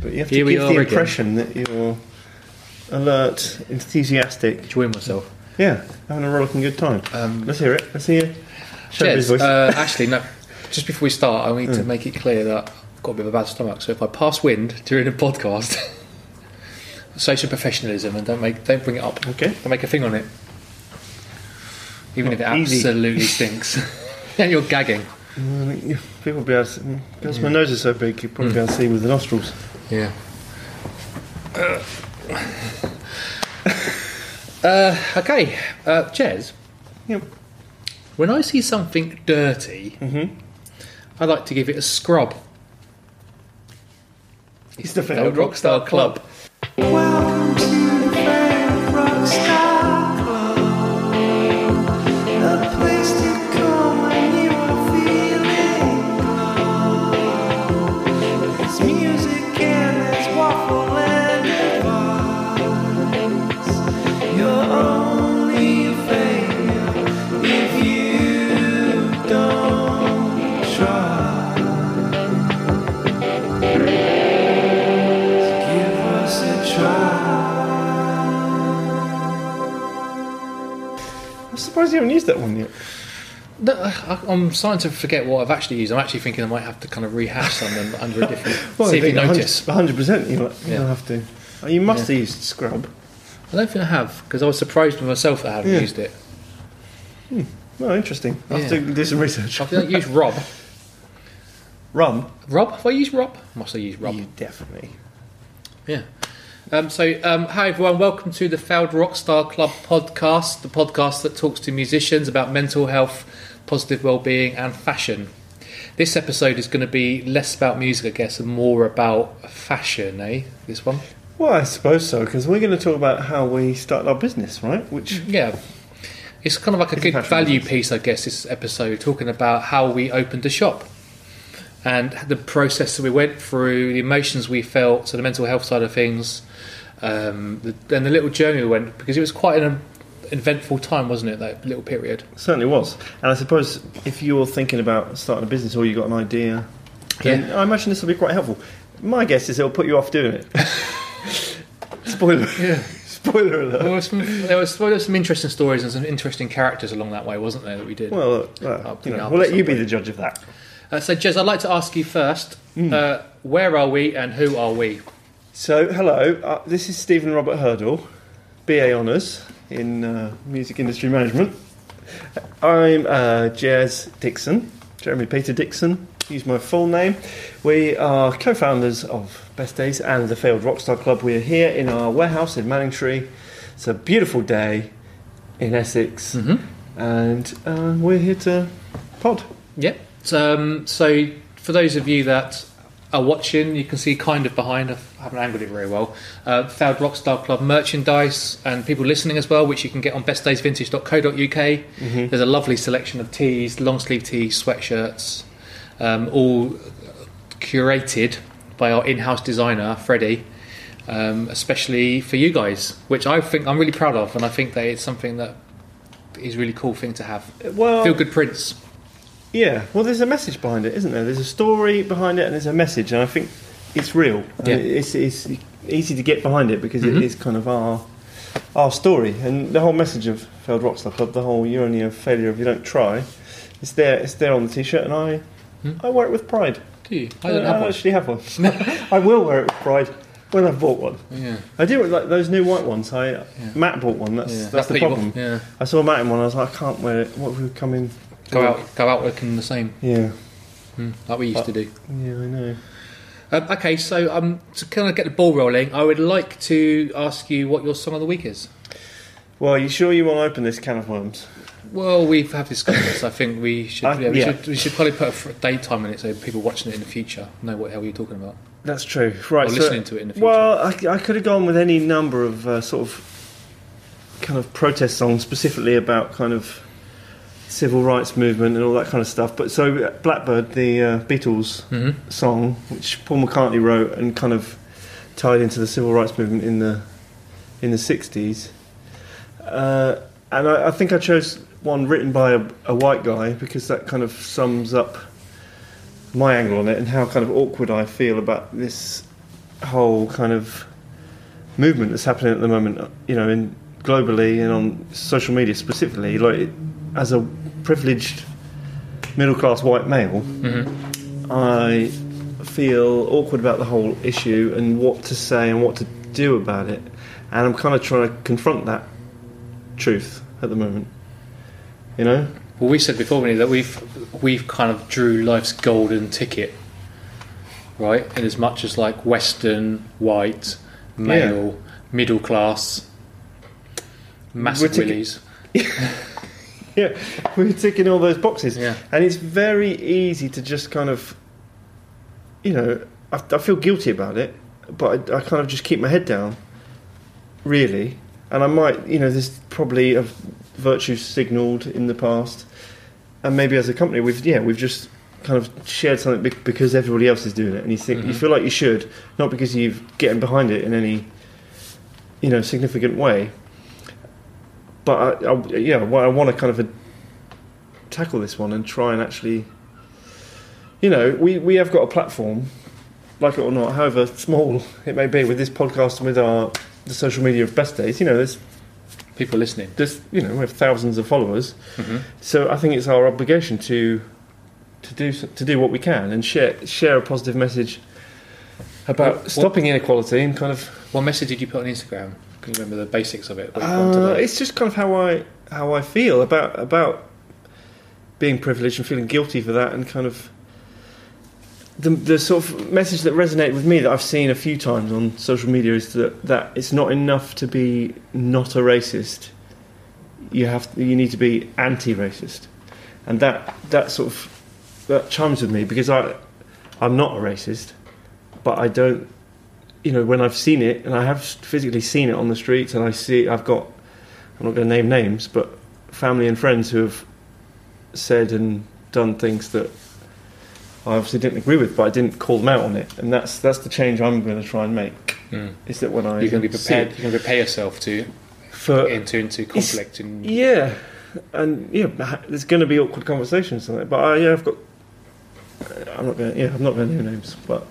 But you have Here to we give are the again. impression that you're alert, enthusiastic. Enjoying myself. Yeah, having a rollicking good time. Um, Let's hear it. Let's hear. Show his Jez, voice. Mm. uh, actually, no. Just before we start, I need to make it clear that I've got a bit of a bad stomach. So if I pass wind during a podcast, say some professionalism and don't make don't bring it up. okay. Don't make a thing on it, even if it Easy. absolutely stinks. and you're gagging. I think you- People will be able to, because my nose is so big, you'll probably Mm. be able to see with the nostrils. Yeah. Uh, okay, uh, Jez. Yep. When I see something dirty, Mhm. I like to give it a scrub. He's the Old Rockstar Club. Welcome to the Favorite Rockstar Club, a place to come when you are feeling low. There's music and there's waffle and advice. You're only a failure if you don't try. Give us a try. I'm surprised you haven't used that one yet. No, I, I'm starting to forget what I've actually used. I'm actually thinking I might have to kind of rehash some and under a different. see if you notice. 100 percent. You'll, Yeah. you'll have to. Oh, You must Yeah. have used scrub. I don't think I have because I was surprised with myself that I hadn't Yeah. used it. Well, interesting. I have Yeah. to do some research. I don't use Rob. Rum. Rob? Have I used Rob? Must I use Rob? You definitely. Yeah. Um, so, um, hi everyone, welcome to the Failed Rockstar Club podcast, the podcast that talks to musicians about mental health, positive well-being, and fashion. This episode is going to be less about music, I guess, and more about fashion, eh? This one, Well, I suppose so, because we're going to talk about how we started our business, right? Which yeah. It's kind of like a It's good fashion, value piece, I guess. This episode talking about how we opened the shop and the process that we went through, the emotions we felt, so the mental health side of things, um, the, and the little journey we went because it was quite an eventful time, wasn't it? That little period. certainly was. And I suppose if you're thinking about starting a business or you've got an idea, then I imagine this will be quite helpful. My guess is it'll put you off doing it. Spoiler. Yeah. Spoiler alert. There was some, there was, there was some interesting stories and some interesting characters along that way, wasn't there? That we did. Well, look, well, Up you the know, up we'll let you be somewhere. the judge of that. uh, so, Jez, I'd like to ask you first: uh, where are we and who are we? So, hello, uh, this is Stephen Robert Hurdle, BA Honours in uh, Music Industry Management. I'm uh, Jazz Dixon, Jeremy Peter Dixon, use my full name. We are co founders of Best Days and the Failed Rockstar Club. We are here in our warehouse in Manningtree. It's a beautiful day in Essex, Mm-hmm. and uh, we're here to pod. Yep. Um, so for those of you that are watching, you can see kind of behind. I haven't angled it very well. Uh, Failed Rockstar Club merchandise and people listening as well, which you can get on bestdaysvintage.co.uk. Mhm. There's a lovely selection of tees, long sleeve tees, sweatshirts, um, all curated by our in-house designer Freddie, um, especially for you guys, which I think I'm really proud of, and I think that it's something that is a really cool thing to have. Well, Feel good prints. Yeah, well, there's a message behind it, isn't there? There's a story behind it, and there's a message, and I think it's real. And Yeah. It's, it's easy to get behind it because Mhm. it is kind of our our story, and the whole message of failed rockstar club, the whole you're only a failure if you don't try. It's there, it's there on the t-shirt, and I Mhm. I wear it with pride. Uh, Do you? I don't have one. actually have one. I will wear it with pride when I've bought one. Yeah. I do like those new white ones. I Matt bought one. That's yeah. that's the That put you problem. off, Yeah. I saw Matt in one. I was like, I can't wear it. What if we come in? Go out, go out looking the same, Yeah, mm, like we used Uh, to do. yeah, I know. Um, okay, so um, to kind of get the ball rolling, I would like to ask you what your song of the week is. Well, you sure you want to open this can of worms? Well, we've have discussed this. I think we should, Uh, yeah, we, yeah. should we should probably put a fr- date time in it so people watching it in the future know what the hell you're talking about That's true. Right. or so- listening to it in the future. well, I, I could have gone with any number of uh, sort of kind of protest songs, specifically about kind of civil rights movement and all that kind of stuff. But so uh, Blackbird, the uh, Beatles hmm song, which Paul McCartney wrote and kind of tied into the civil rights movement in the in the sixties. Uh, and I, I think I chose one written by a, a white guy because that kind of sums up my angle on it and how kind of awkward I feel about this whole kind of movement that's happening at the moment, you know, in globally and on social media specifically, like as a privileged middle class white male, Mm-hmm. I feel awkward about the whole issue and what to say and what to do about it. And I'm kind of trying to confront that truth at the moment. You know? Well, we said before, Vinny, that we've we've kind of drew life's golden ticket, right? In as much as like Western, white, male, middle class, We're massive ticket- willies. Yeah, we're ticking all those boxes. Yeah. And it's very easy to just kind of, you know, I, I feel guilty about it, but I, I kind of just keep my head down, really. And I might, you know, there's probably a virtue signalled in the past, and maybe as a company, we've yeah, we've just kind of shared something bec- because everybody else is doing it, and you think you Mhm. feel like you should, not because you've getting behind it in any, you know, significant way. But I, I, yeah, well, I want to kind of uh, tackle this one and try and actually, you know, we, we have got a platform like it or not, however small it may be, with this podcast and with our the social media of best days, you know, there's, People listening. there's you know, we have thousands of followers. Mhm. So I think it's our obligation to to do s- to do what we can and share share a positive message about What- stopping inequality and kind of What message did you put on Instagram? Can you remember the basics of it? what you put on Uh, today? it's just kind of how I how I feel about about being privileged and feeling guilty for that, and kind of the the sort of message that resonated with me that I've seen a few times on social media is that that it's not enough to be not a racist. You have you need to be anti-racist, and that that sort of that chimes with me because I I'm not a racist, but I don't you know, when I've seen it, and I have physically seen it on the streets, and I see, I've got, I'm not going to name names, but family and friends who have said and done things that I obviously didn't agree with, but I didn't call them out on it, and that's that's the change I'm going to try and make. Mm. Is that when I You're going to be see prepared. it You're going to prepare yourself to for enter into conflict and Uh, yeah, and yeah, there's going to be awkward conversations and that. But I, yeah, I've got. uh, I'm not going. to Yeah, I'm not going to name names, but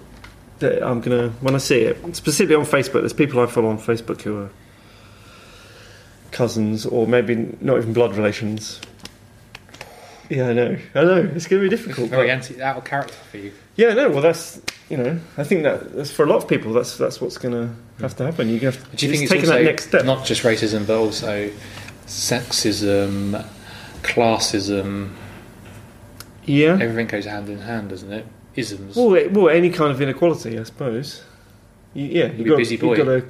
that- I'm going to when I see it, specifically on Facebook. There's people I follow on Facebook who are cousins or maybe not even blood relations. Yeah, I know. I know. It's going to be difficult. but- very anti out of character for you. yeah, no. Well, that's you know. I think that that's for a lot of people. That's that's what's going to have to happen. You have to. Do you think it's it's taking also that next step? not just racism, but also sexism, classism? yeah. Everything goes hand in hand, doesn't it? Isms. Well, it- well, any kind of inequality, I suppose. You, yeah, Be you've a got, busy you've boy. got to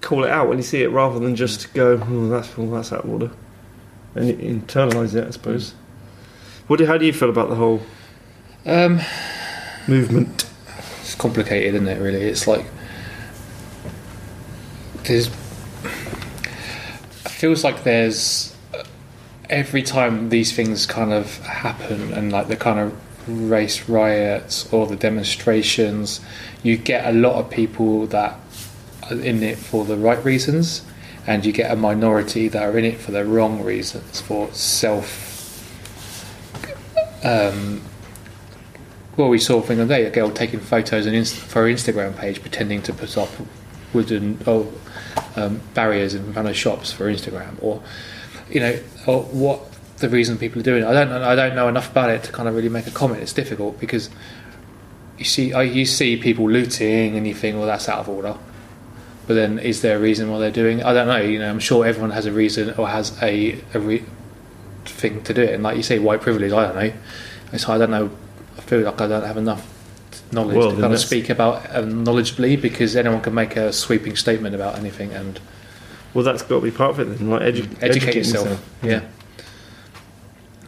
call it out when you see it, rather than just go, "Oh, that's well, that's out of order," and internalize it. I Hmm. suppose. What? Do, how do you feel about the whole um, movement? it's complicated, isn't it? Really, it's like there's. It feels like there's every time these things kind of happen, and like the kind of race riots or the demonstrations, you get a lot of people that are in it for the right reasons, and you get a minority that are in it for the wrong reasons, for self. Um, well, we saw a thing the other day, a girl taking photos on inst- for her Instagram page, pretending to put up wooden oh, um, barriers in front of shops for Instagram, or you know, or what the reason people are doing. it. I don't, I don't know enough about it to kind of really make a comment. It's difficult because you see, uh, you see people looting, and you think, well, that's out of order. But then, is there a reason why they're doing? it? I don't know. You know, I'm sure everyone has a reason or has a, a re- thing to do it. And like you say, white privilege. I don't know. It's I don't know. I feel like I don't have enough knowledge Well, to then kind of that's- speak about um, knowledgeably because anyone can make a sweeping statement about anything and Well, that's got to be part of it then, like edu- Hmm. educate, yourself. Yeah.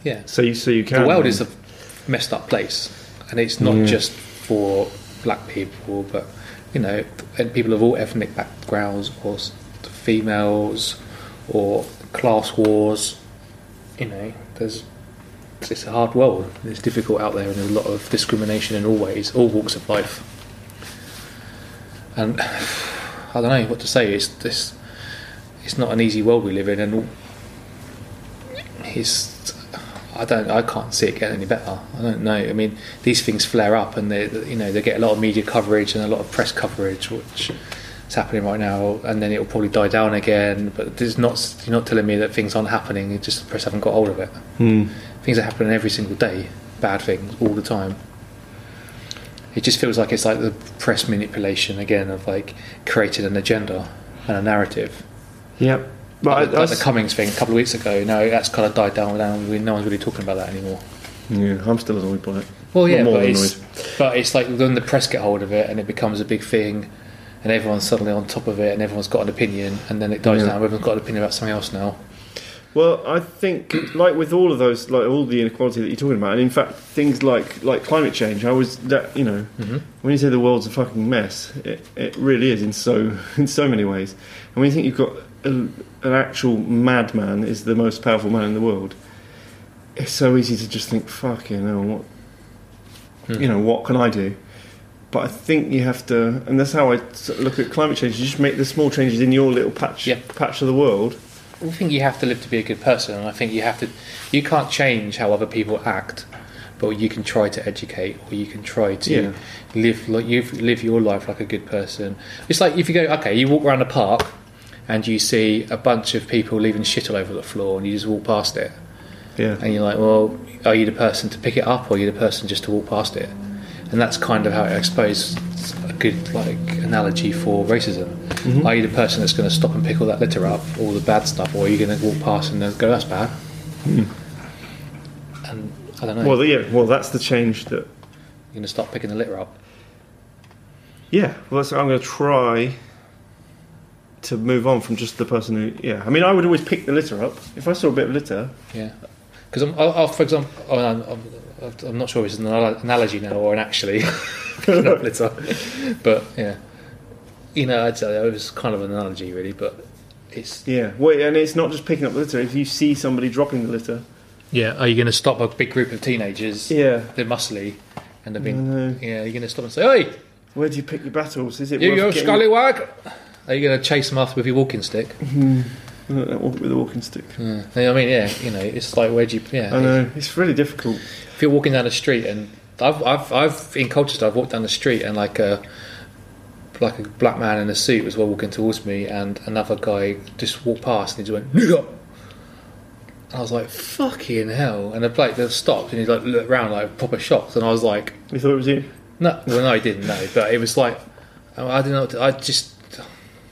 Yeah. So you, so you can. the world then. is a messed up place, and it's not Yeah. just for black people, but you know, and people of all ethnic backgrounds, or s- females, or class wars. You know, there's it's a hard world. and It's difficult out there, and there's a lot of discrimination in all ways, all walks of life. And I don't know what to say. It's this. It's not an easy world we live in, and it's I don't. I can't see it getting any better. I don't know. I mean, these things flare up, and they, you know, they get a lot of media coverage and a lot of press coverage, which is happening right now. And then it will probably die down again. But there's not. You're not telling me that things aren't happening. It's just the press haven't got hold of it. Things are happening every single day. Bad things all the time. It just feels like it's like the press manipulation again of like creating an agenda and a narrative Yep. like, But the- I, I like the s- Cummings thing a couple of weeks ago. No, that's kind of died down. Now we- no one's really talking about that anymore. yeah, I'm still annoyed by it. Well, yeah, I'm more but than it's, annoyed. but it's like when the press get hold of it and it becomes a big thing, and everyone's suddenly on top of it, and everyone's got an opinion, and then it dies Yeah. down. Everyone's got an opinion about something else now. Well, I think, like with all of those, like all the inequality that you're talking about, and in fact, things like like climate change. I was that you know, when you say the world's a fucking mess, it, it really is in so in so many ways. And when you think you've got a, an actual madman is the most powerful man in the world, it's so easy to just think, fucking hell, what you know, what can I do? But I think you have to, and that's how I sort of look at climate change. You just make the small changes in your little patch Yeah. patch of the world. I think you have to live to be a good person, and I think you have to. You can't change how other people act, but you can try to educate, or you can try to Yeah. live like you live your life like a good person. It's like if you go, okay, you walk around a park, and you see a bunch of people leaving shit all over the floor, and you just walk past it, Yeah. and you're like, well, are you the person to pick it up, or are you the person just to walk past it? And that's kind of how I suppose it's a good like analogy for racism. Are you the person that's going to stop and pick all that litter up, all the bad stuff, or are you going to walk past and then go, that's bad? And I don't know. Well, yeah. Well, that's the change that. you're going to start picking the litter up. Yeah. Well, that's, I'm going to try to move on from just the person who. Yeah. I mean, I would always pick the litter up if I saw a bit of litter. Yeah, because I'm, I'll, I'll, for example, oh, I'm, I'm, I'm not sure if it's an anal- analogy now or an actually picking up litter, but yeah, you know, I'd say it was kind of an analogy really, but it's Yeah. Well, and it's not just picking up the litter. If you see somebody dropping the litter. yeah. Are you going to stop a big group of teenagers? Yeah. They're muscly, and they've No, been. no. Yeah, you're going to stop and say, "Oi, Where do you pick your battles? Is it you, worth you getting- scallywag!" Are you going to chase them after with your walking stick? I don't know, walk with a walking stick. Yeah. I mean, yeah, you know, it's like where do you? Yeah, I know it's really difficult. if you're walking down the street and I've, I've, I've in Colchester I've walked down the street and like a like a black man in a suit was well walking towards me and another guy just walked past and he just went nigger and I was like fucking hell and the bloke just stopped and he like looked around like proper shocked and I was like You thought it was you? no well no he didn't know but it was like I I didn't know what to, I just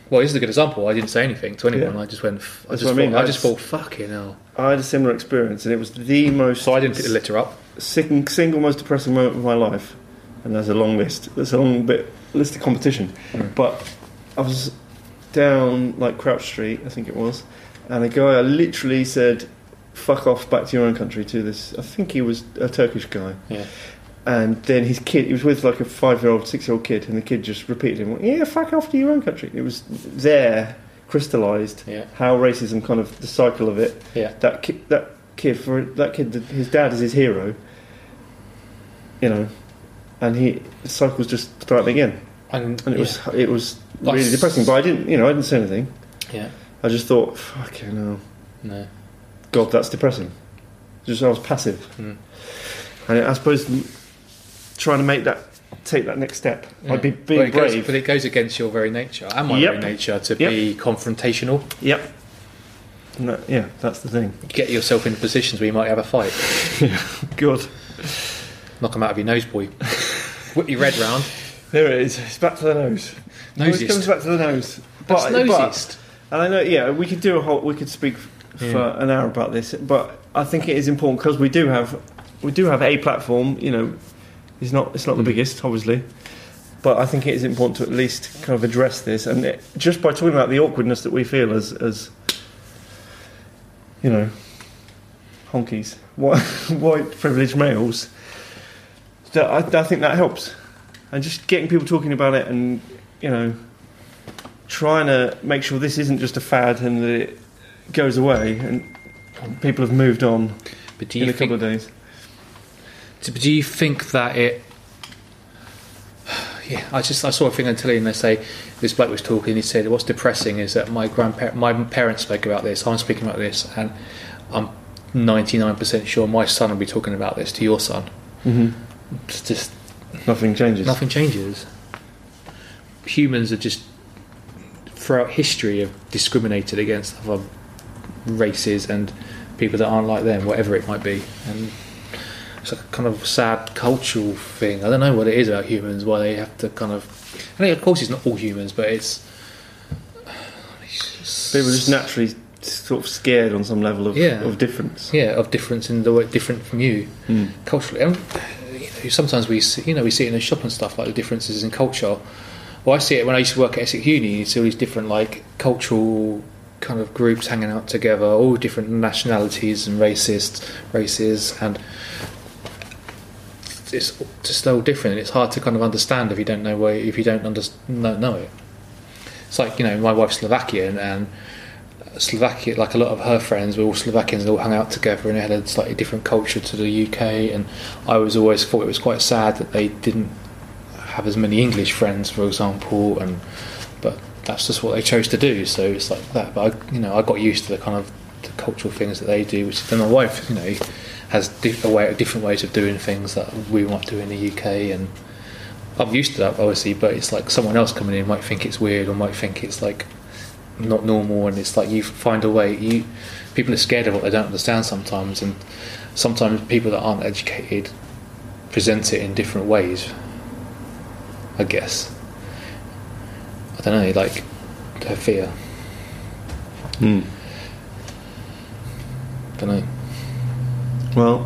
well this is a good example I didn't say anything to anyone Yeah. I just went f- I That's just, what I thought, I, mean, I just- just thought fucking hell I had a similar experience, and it was the most. so I didn't pick the litter up sing- single most depressing moment of my life, and there's a long list. There's a long bit list of competition, but I was down like Crouch Street, I think it was, and a guy literally said, "Fuck off, back to your own country." To this, I think he was a Turkish guy, yeah and then his kid, he was with like a five-year-old, six-year-old kid, and the kid just repeated him, "Yeah, fuck off to your own country." It was there, crystallised yeah how racism kind of the cycle of it yeah that ki- that kid for that kid th- his dad is his hero you know and he the cycles just started again and, and it yeah. was it was Like really s- depressing but I didn't you know I didn't say anything yeah I just thought fucking hell no god that's depressing just I was passive Mm. and I suppose m- trying to make that take that next step I'd be Mm. Well, being it goes- brave but it goes against your very nature and my Yep. very nature to Yep. be confrontational. yep And that- yeah that's the thing You get yourself into positions where you might have a fight, good knock them out of your nose, boy. Whip your red round. there it is it's back to the nose Always comes Nosiest. back to the nose That's But- but- nosiest. And I know, yeah, we could do a whole, we could speak for Yeah. an hour about this, but I think it is important because we do have, we do have a platform. You know, it's not, it's not the Mm. biggest, obviously, but I think it is important to at least kind of address this, and it, just by talking about the awkwardness that we feel as, as, you know, honkies, white, white privileged males, that I, I think that helps, and just getting people talking about it, and you know trying to make sure this isn't just a fad and that it goes away and people have moved on But do in you a couple of think? days. Do do you think that it? Yeah, I just I saw a thing on telly and they say this bloke was talking. He said, "What's depressing is that my grandparent, my parents spoke about this. I'm speaking about this, and I'm 99% sure my son will be talking about this to your son. Mhm. It's just Nothing changes. Mm-hmm. nothing changes. Humans are just throughout history have discriminated against other races and people that aren't like them, whatever it might be. And it's a kind of sad cultural thing. I don't know what it is about humans why they have to kind of. I think of course it's not all humans, but it's. People are just naturally sort of scared on some level of, Yeah. of difference. yeah of difference in the way different from you Mm. culturally. And, you know, sometimes we see, you know we see it in the shop and stuff like the differences in culture. Well, I see it when I used to work at Essex Uni. You see all these different like cultural kind of groups hanging out together, all different nationalities and racist races, and it's just all different. It's hard to kind of understand if you don't know where if you don't under, don't know it. It's like you know my wife's Slovakian and Slovakia, like a lot of her friends were all Slovakians and all hung out together and had a slightly different culture to the UK. And I was always thought it was quite sad that they didn't have as many English friends, for example. And but that's just what they chose to do, so it's like that. But I, you know, I got used to the kind of the cultural things that they do, which then my wife, you know, has di- a way, different ways of doing things that we might do in the UK and. I'm used to that, obviously, but it's like someone else coming in might think it's weird or might think it's like not normal, and it's like you find a way. You people are scared of what they don't understand sometimes, and sometimes people that aren't educated present it in different ways. I guess I don't know, like their fear. Hmm. Mm. I don't know. Well,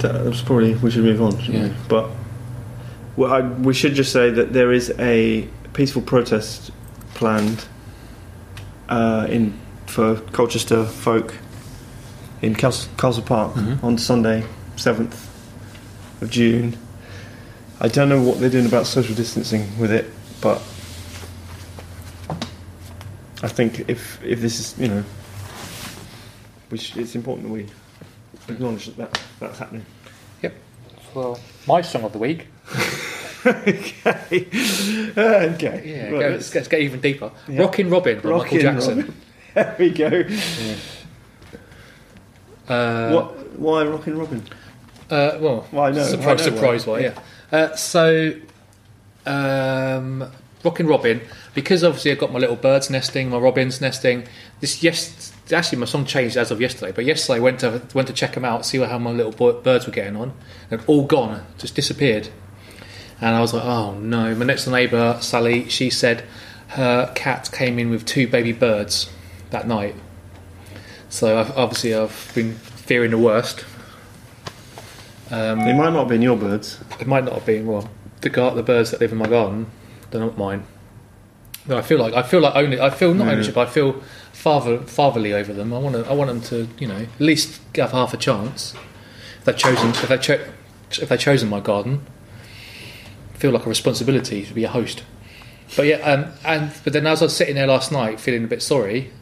that was probably we should move on. shouldn't we? Yeah. But well, I, we should just say that there is a peaceful protest planned uh, in for Colchester folk in Cas- Castle Park Mhm. on Sunday, seventh of June. I don't know what they're doing about social distancing with it, but I think if if this is you know, which it's important that we acknowledge that, that that's happening. Well, my song of the week. okay, okay. Yeah, Right, go, let's- let's, let's get even deeper. Yeah. Rockin' Robin by Michael Rockin' Jackson. there we go. Uh, what? Why Rockin' Robin? Uh, well, Well, I know- I know surprise, surprise, why. why? Yeah. Uh, so, um, Rockin' Robin, because obviously I've got my little birds nesting, my robins nesting. This yes, actually my song changed as of yesterday, but yesterday I went to went to check them out, see how my little bo- birds were getting on. They've all gone, just disappeared. And I was like, oh no. My next door neighbour, Sally, she said her cat came in with two baby birds that night. So I've, obviously I've been fearing the worst. Um, They might not have been your birds. it might not have been well. The gar- the birds that live in my garden, they're not mine. No, I feel like I feel like only I feel not Yeah. ownership. I feel father fatherly over them. I want to I want them to you know at least have half a chance. If they've chosen if they cho- if they chosen my garden, I feel like a responsibility to be a host. But yeah, um, and but then as I was sitting there last night feeling a bit sorry,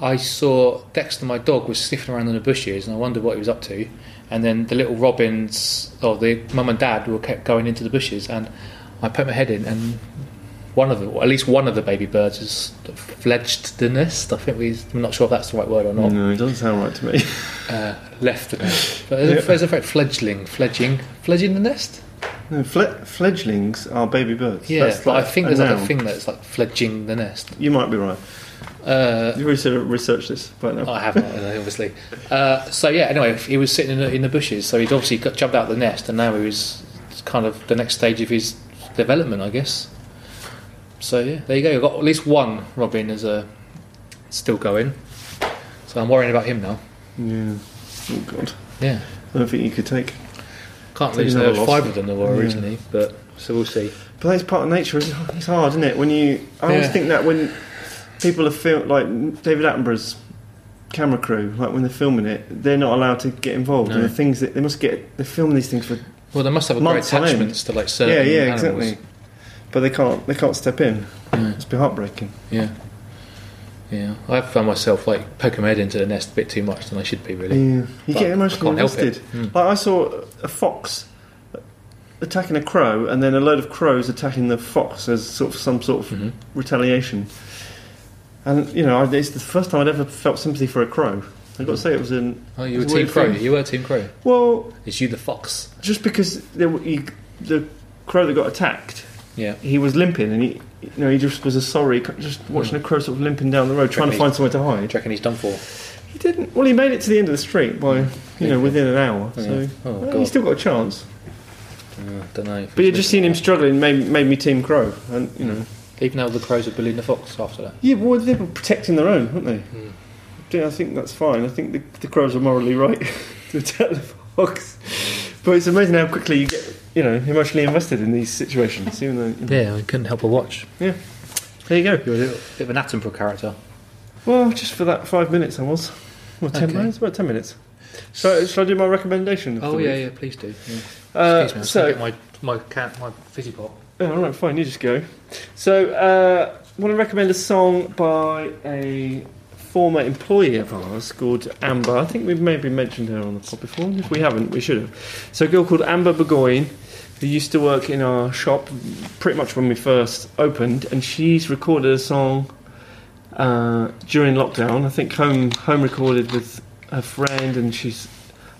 I saw Dexter, my dog, was sniffing around in the bushes, and I wondered what he was up to. And then the little robins, or the mum and dad, were kept going into the bushes, and I put my head in, and one of them, or at least one of the baby birds, has fledged the nest. I think we, I'm not sure if that's the right word or not. No, it doesn't sound right to me. Uh, left the nest, but there's, Yeah. a, there's a fact fledgling, fledging, fledging the nest. No, fle- fledglings are baby birds. Yeah, That's but like I think a there's like a noun. thing that's like fledging the nest. You might be right. Uh, You research, research this by now. I haven't, obviously. Uh, so yeah, anyway, he was sitting in the, in the bushes, so he'd obviously got jumped out of the nest, and now he was kind of the next stage of his development, I guess. So yeah, there you go. I've got at least one Robin is uh, still going, so I'm worrying about him now. Yeah. Oh god. Yeah, I don't think you could take. can't Take lose. another There was loss. five of them there were Yeah. originally, but so we'll see. But that's part of nature. Isn't it? It's hard, isn't it? When you, I always Yeah. think that when people are film like David Attenborough's camera crew, like when they're filming it, they're not allowed to get involved. And No. the things that they must get, they film these things for. Well, they must have a great Months' time. attachments to like yeah, certain yeah, animals. exactly. But they can't, they can't step in. Yeah. It's be heartbreaking. Yeah. Yeah. I've found myself like poking my head into the nest a bit too much than I should be really. Yeah, Mm. you But get I emotionally can't help it. Mm. invested. Like I saw a fox attacking a crow, and then a load of crows attacking the fox as sort of some sort of Mhm. retaliation. And you know, I- it's the first time I'd ever felt sympathy for a crow. I've got to say, it was an. Oh, you were It's a Team weird Crow. thing. You were Team Crow. Well, It's you, the fox. just because there were, you, the crow that got attacked, Yeah. he was limping and he, you know, he just was a sorry, just watching a crow sort of limping down the road, trying to Reckon find somewhere to Do you hide. reckon he's done for? He didn't. Well, he made it to the end of the street by, you know, within an hour. Yeah. So Oh, well, God. Mm, he still got a chance. don't know. But you just seen him struggling, made, made me team crow, and you Mm. know. Even though the crows are Billy and the fox after that. Yeah, well, they were protecting their own, weren't they? Mm. Yeah, I think that's fine. I think the, the crows are morally right to attack the fox. But it's amazing how quickly you get, you know, emotionally invested in these situations. Even though, you know. Yeah, I couldn't help but watch. there you go. You're a little bit of an Attenborough character. Well, just for that five minutes, I was. Well, ten Okay. minutes. About ten minutes. So, shall I do my recommendation? of the Oh week? yeah, yeah. Please do. Uh, Yeah. Excuse me. I'm so, so, get my my cat my fizzy pop. Oh, all right, fine. You just go. So, uh, I want to recommend a song by a former employee of ours called Amber. I think we've maybe mentioned her on the pod before. and If we haven't, we should have. So, a girl called Amber Burgoyne, who used to work in our shop pretty much when we first opened, and she's recorded a song uh, during lockdown. I think home home recorded with a friend, and she's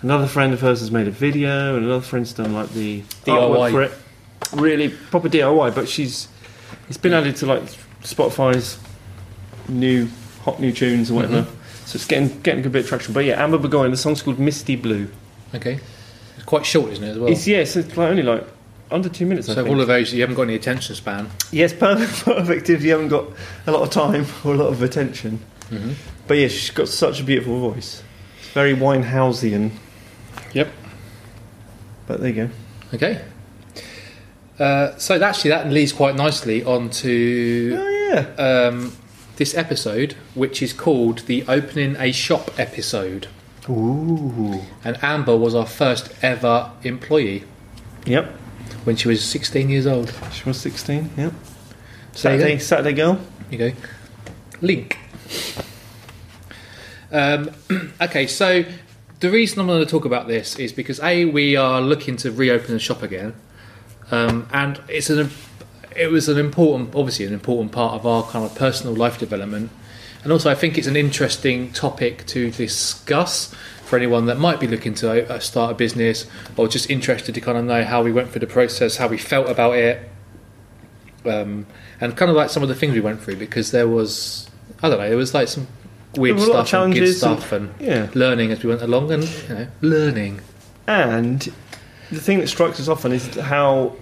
another friend of hers has made a video, and another friend's done like the DIY. artwork for it. Really proper DIY, but she's it's been added to like Spotify's new hot new tunes or whatever. Mm-hmm. So it's getting getting a good bit of traction. But yeah, Amber Burgoyne. The song's called Misty Blue. Okay. It's quite short, isn't it? As well. It's yes, it's like only like under two minutes. I so think. all of those you haven't got any attention span. Yes, perfect, perfect if you haven't got a lot of time or a lot of attention. Mhm. But yeah, she's got such a beautiful voice. It's very Winehousian. Yep. But there you go. Okay. Uh, so actually, that leads quite nicely onto Oh yeah. um, this episode, which is called the opening a shop episode. Ooh. And Amber was our first ever employee Yep. when she was 16 years old. She was sixteen. Yep. There you go. Saturday, Saturday girl. You go. Link. Um, okay, so the reason I'm going to talk about this is because a we are looking to reopen the shop again, um, and it's an it was an important, obviously an important part of our kind of personal life development, and also I think it's an interesting topic to discuss for anyone that might be looking to uh, start a business or just interested to kind of know how we went through the process, how we felt about it, um, and kind of like some of the things we went through because there was I don't know there was like some weird There were a lot of stuff and good challenges and- stuff and, Yeah. learning as we went along and you know learning And the thing that strikes us often is how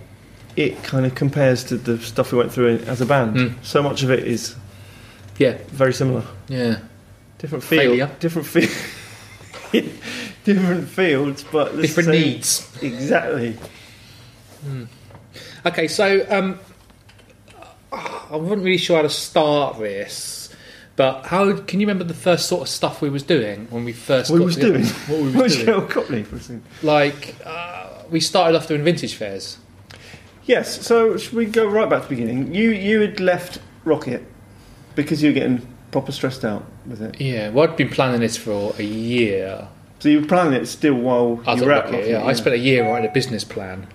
it kind of compares to the stuff we went through as a band. Mm. So much of it is yeah very similar. yeah Different feel. Failure. Different feel. different fields, but the different same- needs Exactly. okay so um I wasn't really sure how to start this but how can you remember the first sort of stuff we was doing when we first What we got was together? doing? what we was Where's doing Gerald Copley for a second? like uh, we started off doing vintage fairs Yes. So should we go right back to the beginning? You you had left Rocket because you were getting proper stressed out with it. yeah well I'd been planning this for a year So you were planning it still while I was you at were at Rocket, Rocket. yeah. I spent a year writing a business plan.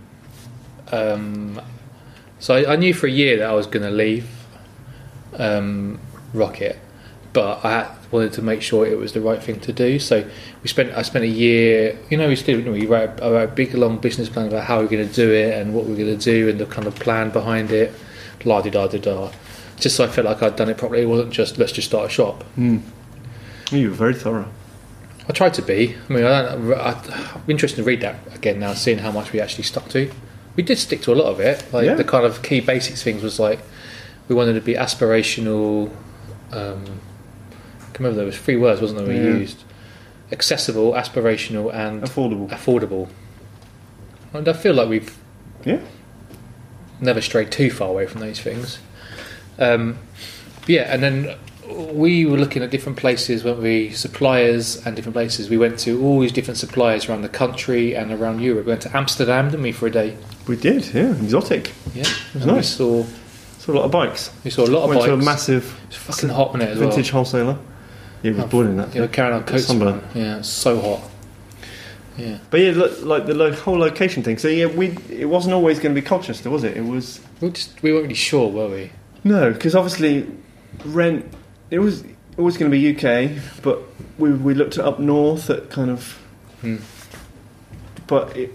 Um, so I, I knew for a year that I was going to leave um, Rocket, but I had, wanted to make sure it was the right thing to do. So we spent I spent a year. You know, we still we wrote, I wrote a big long business plan about how we're going to do it and what we're going to do and the kind of plan behind it. La di da di da. Just so I felt like I'd done it properly. It wasn't just let's just start a shop. You were very thorough. I tried to be. I mean, I don't, I, I'm interested to read that again now, seeing how much we actually stuck to. We did stick to a lot of it. Like Yeah. the kind of key basics things was like we wanted to be aspirational. Um, I can remember there was three words, wasn't there? We Yeah. used accessible, aspirational, and Affordable. affordable. And I feel like we've Yeah. never strayed too far away from those things. Um, yeah, and then we were looking at different places, weren't we? Suppliers and different places. We went to all these different suppliers around the country and around Europe. We went to Amsterdam, didn't we, for a day? We did. Yeah. Exotic. Yeah, it was We nice. saw Saw a lot of bikes. we saw a lot of Went bikes. to a massive it was fucking hot in it as vintage wholesaler. Yeah, we Oh, was born in that. well. You know, carrying our coats. Sunburn. Yeah, it's so hot. Yeah. But yeah, look, like the lo- whole location thing. So yeah, we it wasn't always going to be Colchester, was it? It was We, were just, we weren't really sure, were we? no, because obviously rent. It was always going to be UK, but we, we looked at up north at kind of. Hmm. But it,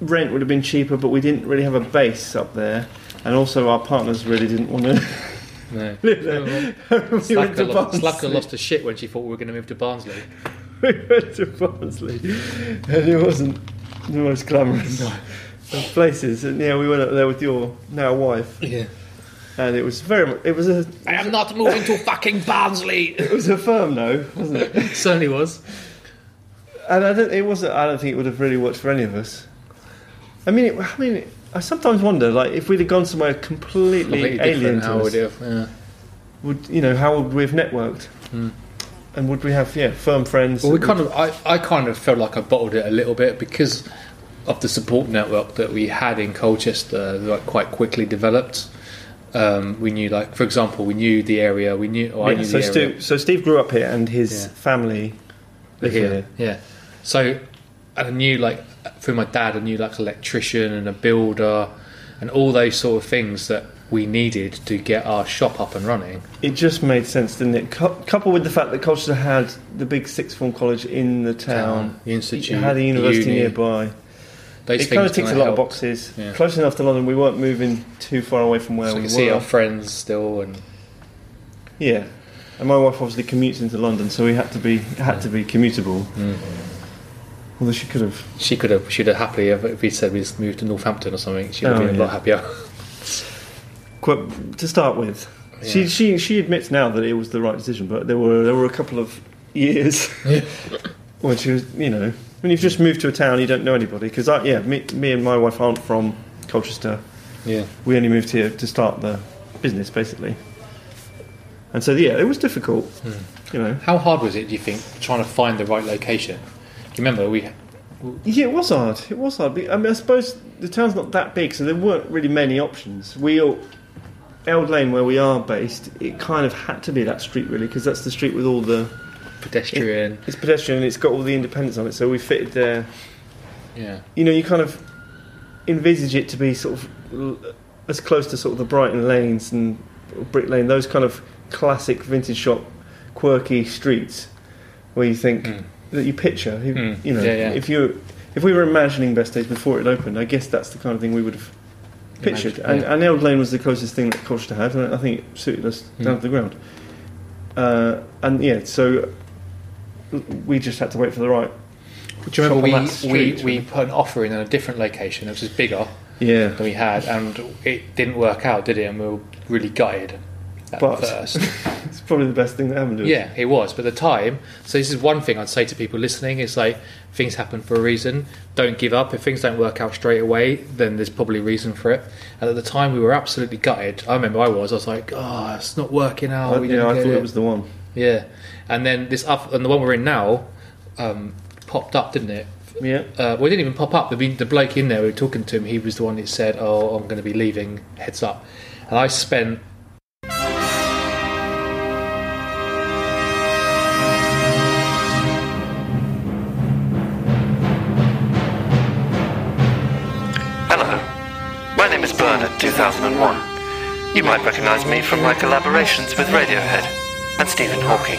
rent would have been cheaper, but we didn't really have a base up there. And also, our partners really didn't want to No. live there. Well, we went Slacker, to lost, Barnsley. Slacker lost her shit when she thought we were going to move to Barnsley. we went to Barnsley, and it wasn't the most glamorous of places. And yeah, we went up there with your now wife, Yeah. and it was very much. It was a I am not moving to fucking Barnsley. it was a firm no, wasn't it? Certainly was. And I don't. It wasn't. I don't think it would have really worked for any of us. I mean, it, I mean, I sometimes wonder, like, if we'd have gone somewhere completely Completely alien different to how we us, do. Yeah. would you know how would we have networked? Hmm. And would we have yeah firm friends? Well, we that kind of, I, I kind of felt like I bottled it a little bit because of the support network that we had in Colchester, like quite quickly developed. Um, we knew, like for example, we knew the area. We knew, or I would- knew yeah, so, the area. Steve, so Steve grew up here, and his Yeah. family live here. Yeah. So, and I knew like through my dad, I knew like an electrician and a builder, and all those sort of things that we needed to get our shop up and running. It just made sense, didn't it? Cou- coupled with the fact that Colchester had the big sixth form college in the town, the institute, it had a university uni, nearby. Those it kind of things ticks a kinda lot of helped. boxes. Yeah. Close enough to London, we weren't moving too far away from where So we we can were. see our friends still, and Yeah, and my wife obviously commutes into London, so we had to be had to be commutable. Mm. Although she could have. She could have, she'd have happily, if we said we just moved to Northampton or something, she'd have Oh, been a lot yeah. happier. Quite, to start with, she, Yeah. she she admits now that it was the right decision, but there were there were a couple of years when she was you know when you've just moved to a town you don't know anybody because I yeah me, me and my wife aren't from Colchester. Yeah. We only moved here to start the business basically, and so yeah it was difficult. You know, How hard was it, do you think, trying to find the right location? Do you remember we? Yeah, it was hard. It was hard. I mean, I suppose the town's not that big, so there weren't really many options. We all, Eld Lane, where we are based, it kind of had to be that street really, because that's the street with all the Pedestrian. it's pedestrian and it's got all the independents on it. So we fitted there. Yeah. You know, you kind of envisage it to be sort of l- as close to sort of the Brighton lanes and Brick Lane, those kind of classic vintage shop, quirky streets, where you think Mm. that you picture. You, Mm. you know, Yeah, yeah. if you if we were imagining Best Days before it opened, I guess that's the kind of thing we would have pictured. Imagine, and, yeah. and Eld Lane was the closest thing that Colchester had, and I think it suited us Mm. down to the ground. Uh, and yeah, so we just had to wait for the right. Do you remember shop on we, that we, street. we put an offer in at a different location that was bigger Yeah, than we had, and it didn't work out, did it? And we were really gutted at But- first. it's probably the best thing that happened. to us. Yeah, it was. But at the time, so this is one thing I'd say to people listening is like things happen for a reason. Don't give up. If things don't work out straight away, then there's probably a reason for it. And at the time, we were absolutely gutted. I remember I was. I was like, oh, it's not working out. I, we yeah, didn't I get thought it was the one. Yeah, and then this up and the one we're in now um, popped up, didn't it? Yeah. Uh, well, it didn't even pop up. The, the bloke in there, we were talking to him, he was the one that said, Oh, I'm going to be leaving, heads up. And I spent. Hello. My name is Bernard 2001. You might recognize me from my collaborations with Radiohead and Stephen Hawking.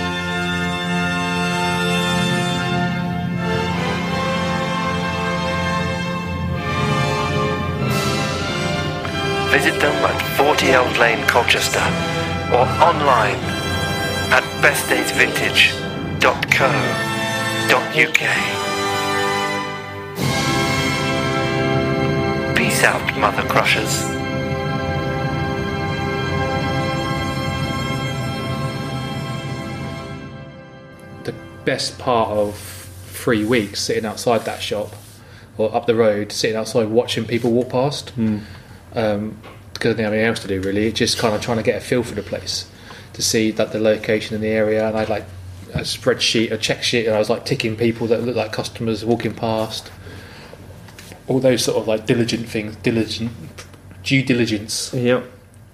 visit them at 40 Elm Lane, Colchester, or online at bestdaysvintage.co.uk. Peace out, Mother Crushers. the best part of three weeks sitting outside that shop or up the road, sitting outside watching people walk past because I didn't have anything else to do really. Just kind of trying to get a feel for the place to see that the location in the area, and I had like a spreadsheet, a check sheet, and I was like ticking people that looked like customers walking past. all those sort of like diligent things, diligent, due diligence. Yeah.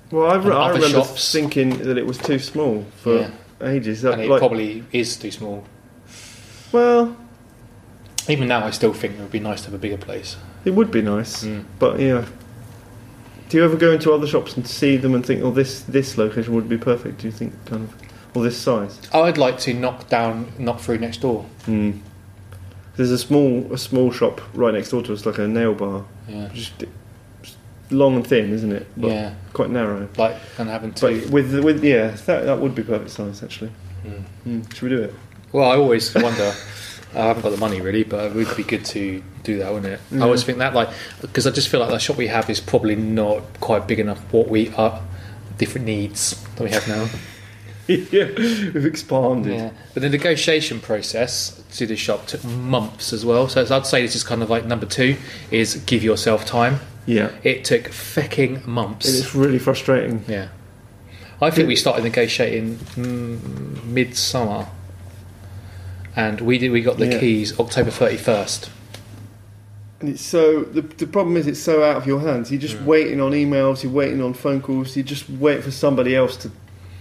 Well, I, re- And I other remember shops. thinking that it was too small for Yeah. ages. That, And it like, probably is too small. well, Even now, I still think it would be nice to have a bigger place. it would be nice, Mm. but yeah. Do you ever go into other shops and see them and think, "Oh, this this location would be perfect"? Do you think kind of, or this size? I'd like to knock down, knock through next door. Mm. There's a small a small shop right next door to us, like a nail bar, Yeah, just, just long and thin, isn't it? But yeah, quite narrow. like and having But to. with with yeah, that that would be perfect size actually. Mm. Mm. Should we do it? Well, I always wonder. I haven't got the money really, but it would be good to do that, wouldn't it? I always think that, like, because I just feel like the shop we have is probably not quite big enough for what we are, different needs that we have now. yeah, we've expanded. Yeah, but the negotiation process to the shop took months as well. So as I'd say this is kind of like number two is give yourself time. yeah. It took fucking And months. it's really frustrating. Yeah, I think we started negotiating mm, mid-summer, and we did. We got the Yeah. keys October thirty-first. And it's so the, the problem is it's so out of your hands. You're just waiting on emails. You're waiting on phone calls. You just wait for somebody else to,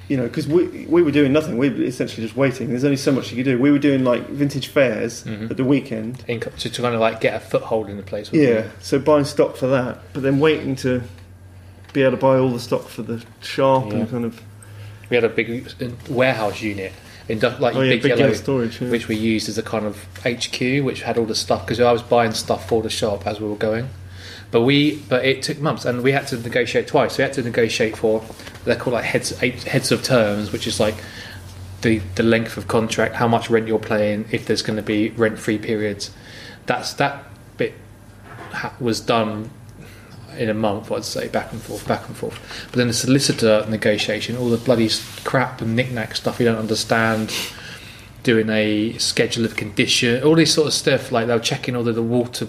you know, because we we were doing nothing. We were essentially just waiting. There's only so much you could do. We were doing like vintage fairs Mm-hmm. at the weekend. in, to, to kind of like get a foothold in the place. wasn't Yeah, so buying stock for that, but then waiting to be able to buy all the stock for the sharp Yeah. and kind of it? we had a big uh, warehouse unit, in du- like oh yeah, big, big, yellow, yellow storage. Yeah. which we used as a kind of HQ, which had all the stuff because I was buying stuff for the shop as we were going. But we, but it took months, and we had to negotiate twice. We had to negotiate for they're called like heads eight- heads of terms, which is like the the length of contract, how much rent you're paying, if there's going to be rent free periods. That's that bit ha- was done in a month, I'd say, back and forth, back and forth. But then the solicitor negotiation, all the bloody s- crap and knick-knack stuff you don't understand, doing a schedule of condition, all this sort of stuff, like they were checking all the, the water,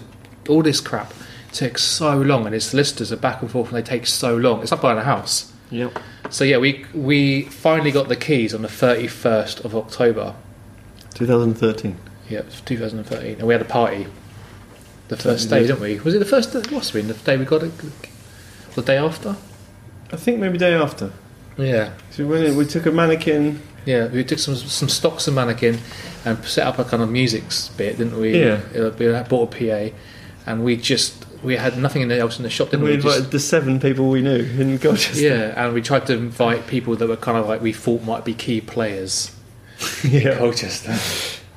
all this crap takes so long, and its solicitors are back and forth, and they take so long. It's like buying a house. Yep. So yeah, we we finally got the keys on the 31st of October, 2013. yeah, it was 2013, and we had a party. The first day, didn't we? Was it the first day? What's been the day we got it? The day after? I think maybe day after. Yeah, So we, went in, we took a mannequin. yeah. We took some some stocks and mannequin and set up a kind of music s- bit, didn't we? Yeah. Uh, We bought a PA, and we just we had nothing else in the shop, And didn't we we? Just- invited the seven people we knew in Colchester. yeah, and we tried to invite people that were kind of like we thought might be key players in yeah. Colchester.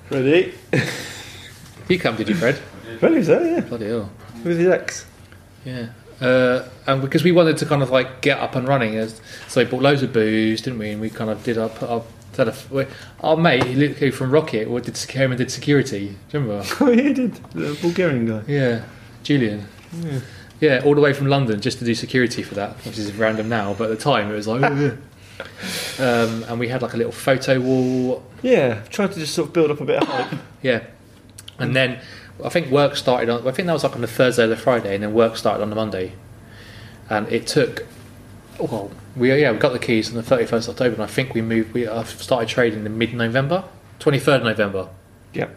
Ready? you come, did you, Fred? Well, he was there, yeah. Bloody hell. With his ex. Yeah. Uh, and because we wanted to kind of like get up and running, as so we bought loads of booze, didn't we? And we kind of did our, put our, had a, we- our mate Luke from Rocket what did came and did security. Do you remember? Oh, he did. The Bulgarian guy. yeah, Julian. Yeah. Yeah, all the way from London just to do security for that, which is random now, but at the time it was like. "Oh, yeah." um, and we had like a little photo wall. Yeah, tried to just sort of build up a bit of hype. Yeah, and then I think work started on. I think that was like on the Thursday or the Friday, and then work started on the Monday, and it took. Well, we yeah we got the keys on the thirty first October, and I think we moved. We I started trading in mid November, twenty third November. yep.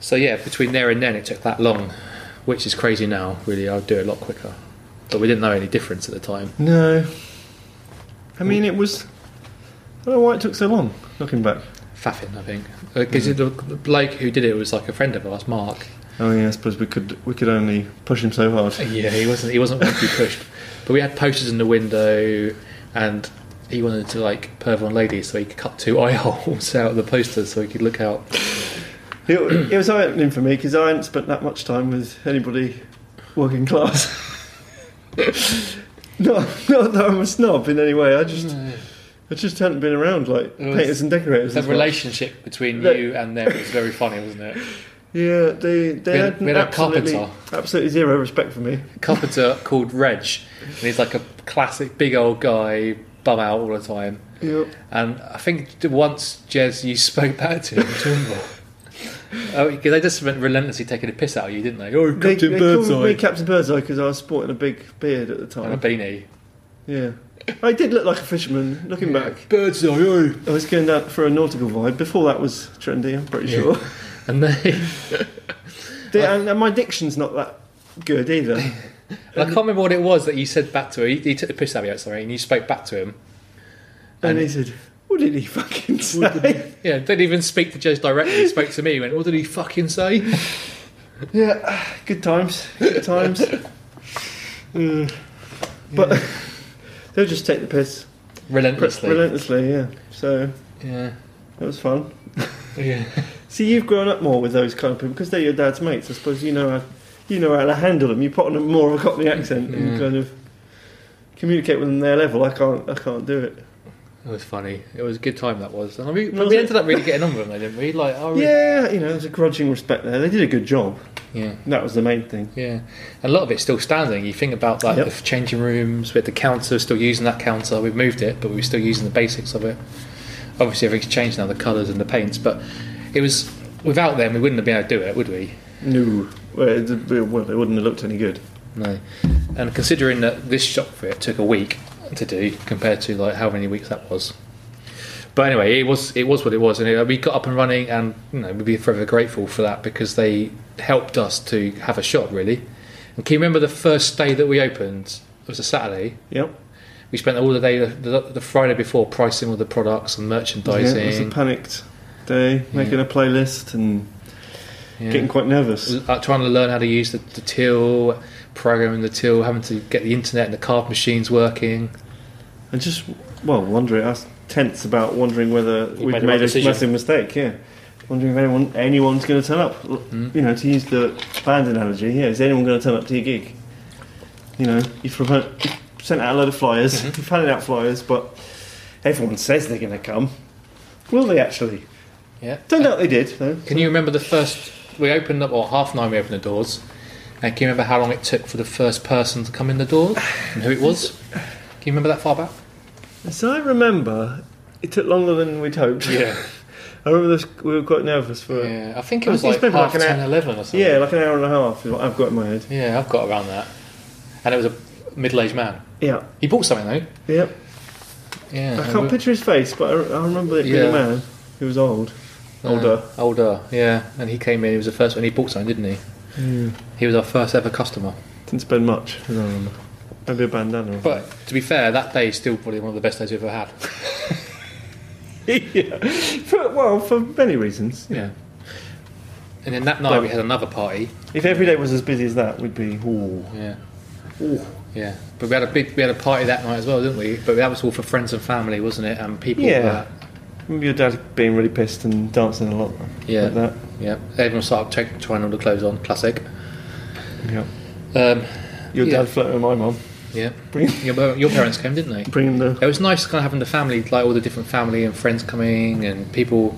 So yeah, between there and then it took that long, which is crazy now. Really, I'd do it a lot quicker, but we didn't know any difference at the time. No. I mean, it was. I don't know why it took so long, looking back. Faffin, I think, because the bloke who did it was like a friend of ours, Mark. Oh, yeah, I suppose we could we could only push him so hard. Yeah, he wasn't. He wasn't one to be pushed. But we had posters in the window, and he wanted to like perv on ladies, so he cut two eye holes out of the posters so he could look out. It, it was eye-opening for me because I hadn't spent that much time with anybody working class. not, not that I'm a snob in any way. I just, I just hadn't been around like It was- painters and decorators. The as much. relationship between Look. you and them was very funny, wasn't it? Yeah, they they We had- had, we had a absolutely, carpenter. absolutely zero respect for me. Carpenter called Reg, and he's like a classic big old guy, bum out all the time. Yep. And I think once Jez, you spoke back to him, do you remember? Oh, 'cause they just went relentlessly taking a piss out of you, didn't they? Oh, They, Captain they called me Birdseye Captain Birdseye because I was sporting a big beard at the and a time. beanie. Yeah, I did look like a fisherman. Looking back, Birdseye, oh. I was going down for a nautical vibe. Before that was trendy, I'm pretty Yeah. sure. And they The, and, and my diction's not that good either. And I can't remember what it was that you said back to her. He, he took the piss out of you at something, and you spoke back to him. And he said, "What did he fucking say?" Yeah, didn't even speak to Jez directly. He spoke to me. He went, "What did he fucking say?" yeah, good times, good times. Mm. But they'll just take the piss Relentlessly. relentlessly. Yeah, so Yeah. that was fun. Yeah. See, you've grown up more with those kind of people because they're your dad's mates. I suppose you know how, you know how to handle them. You put on a more of a Cockney accent and Yeah. kind of communicate with them their level. I can't. I can't do it. It was funny. It was a good time that was, and we, Was we it? ended up really getting on with them, though, didn't we? Like, oh, really- Yeah, you know, there's a grudging respect there. They did a good job. yeah, That was the main thing. yeah. And a lot of it's still standing. You think about like Yep. the changing rooms. We had the counter, still using that counter. We've moved it, but we were still using the basics of it. Obviously, everything's changed now, the colours and the paints. But it was without them, we wouldn't have been able to do it, would we? No, well, it- well, they wouldn't have looked any good. No. And considering that this shop fit took a week to do compared to like how many weeks that was. But anyway, it was it was what it was, and uh, we got up and running, and you know we'd be forever grateful for that because they helped us to have a shop really. And can you remember the first day that we opened? It was a Saturday. Yep. We spent all the day the, the, the Friday before pricing all the products and Yeah, it was a merchandising, panicked day, making a playlist and yeah. getting quite nervous. like trying to learn how to use the, the till, programming the till, having to get the internet and the card machines working. And just, well, wondering, I was tense about wondering whether You we'd made made, the right a decision. massive mistake, yeah. Wondering if anyone, anyone's going to turn up. L- Hmm? You know, to use the band analogy, yeah, is anyone going to turn up to your gig? You know, you've promo- you've sent out a load of flyers, Mm-hmm. you've handed out flyers, but everyone says they're going to come. Will they actually? Yeah. Turned out they did, though. Can you remember the first? We opened up, or half nine, we opened the doors. And can you remember how long it took for the first person to come in the door and who it was? Can you remember that far back? As I remember, it took longer than we'd hoped. I remember this, we were quite nervous for Yeah, I think it I was think like it's been half like an 10, hour. 11 or something. Yeah, like an hour and a half is what I've got in my head. Yeah, I've got around that. And it was a middle aged man. Yeah, He bought something though. yeah. Yeah. I and can't we- picture his face, but I, I remember it being Yeah. a man who was old. uh, Older. older, yeah. And he came in, he was the first one, he bought something, didn't he? Hmm. He was our first ever customer. Didn't spend much, as I remember. Maybe a bandana. But to be fair, that day is still probably one of the best days we've ever had. yeah. For, well, for many reasons. Yeah. And then that night But- we had another party. If every day was as busy as that, we'd be, ooh. Yeah. ooh. Yeah, but we had a big we had a party that night as well, didn't we? But that was all for friends and family, wasn't it? And people. Yeah. that- Remember your dad being really pissed and dancing a lot Yeah. like that? yeah. Everyone started check, trying all the clothes on. Classic. Yeah. Um, Your Yeah. dad flirting with my mum. yeah. Bring- Your, your parents came, didn't they? Bringing the It was nice kind of having the family, like all the different family and friends coming, and people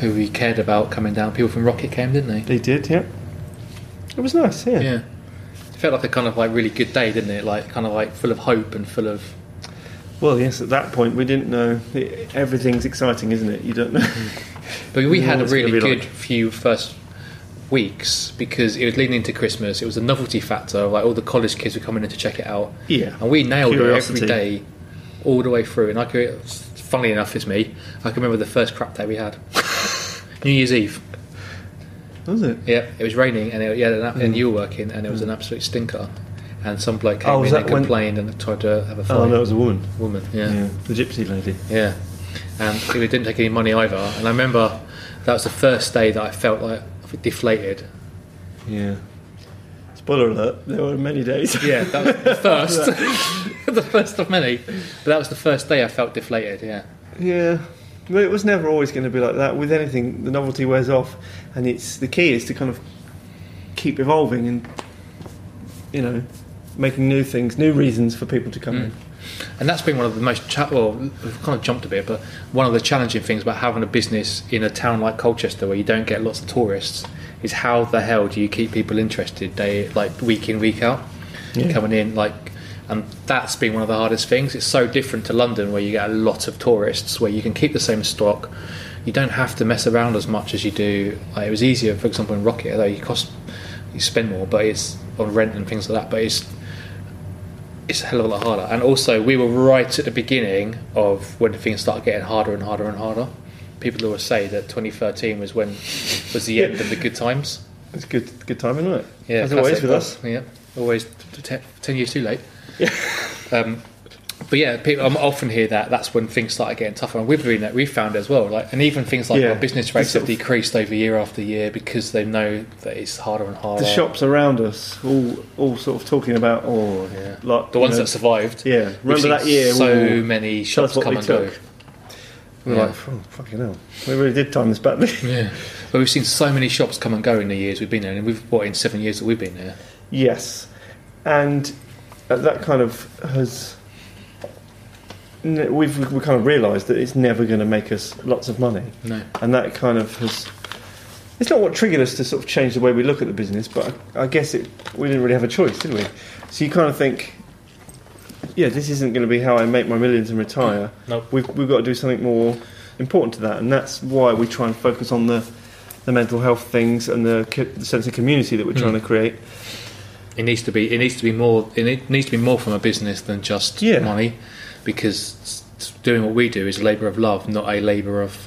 who we cared about coming down. People from Rocket came, didn't they? They did, yeah. It was nice, yeah. Yeah. It felt like a kind of like really good day, didn't it? Like kind of like full of hope and full of Well, yes, at that point we didn't know. It, everything's exciting, isn't it? You don't know. But we Yeah, had a it's gonna really be good like- few first weeks because it was leading into Christmas. It was a novelty factor. Like all the college kids were coming in to check it out, yeah. and we nailed it Curiosity. every day, all the way through. And I could, funnily enough, it's me. I can remember the first crap day we had, New Year's Eve. Was it? Yeah, it was raining, and it, yeah, and that- and you were working, and it was an absolute stinker. And some bloke came Mm. Oh, was in and that when- complained and tried to have a fight. Oh, no, it was a woman. Woman, Yeah. The gypsy lady. yeah, and we didn't take any money either. And I remember that was the first day that I felt like deflated. Yeah. Spoiler alert, there were many days. Yeah, that was the first, the first of many. But that was the first day I felt deflated. Yeah, yeah. Well, it was never always going to be like that. With anything, the novelty wears off, and it's the key is to kind of keep evolving and, you know, making new things, new reasons for people to come Mm. in. and that's been one of the most cha- well, we've kind of jumped a bit, but one of the challenging things about having a business in a town like Colchester where you don't get lots of tourists is how the hell do you keep people interested day like week in week out Yeah. coming in like. And that's been one of the hardest things. It's so different to London, where you get a lot of tourists, where you can keep the same stock. You don't have to mess around as much as you do. Like, it was easier, for example, in Rocket, although you cost, you spend more, but it's on rent and things like that. But it's it's a hell of a lot harder. And also, we were right at the beginning of when things started getting harder and harder and harder. People always say that 2013 was when was the end of the good times. It's good, good timing, isn't it? Yeah, As always classic. with us. Yeah, always t- t- ten, ten years too late. um, but yeah, people, I often hear that. That's when things started getting tougher, and we've been that we found as well. Like, and even things like Yeah. our business rates It's sort have of- decreased over year after year because they know that it's harder and harder. The shops around us all all sort of talking about oh Yeah. like the you ones know, that survived. yeah We've remember that seen year So we were- many tell us shops what come we and go. took. we were Yeah. like oh, fucking hell we really did time this badly Yeah, but we've seen so many shops come and go in the years we've been there, and we've bought in seven years that we've been there. Yes, and uh, that kind of has n- we've we kind of realised that it's never going to make us lots of money, No, and that kind of has. It's not what triggered us to sort of change the way we look at the business, but I, I guess it we didn't really have a choice, did we? So you kind of think, yeah, this isn't going to be how I make my millions and retire. Nope. We've, we've got to do something more important to that, and that's why we try and focus on the, the mental health things and the, co- the sense of community that we're trying to create. it needs to be. It needs to be more. It need- needs to be more from a business than just Yeah. money, because s- s- doing what we do is a labour of love, not a labour of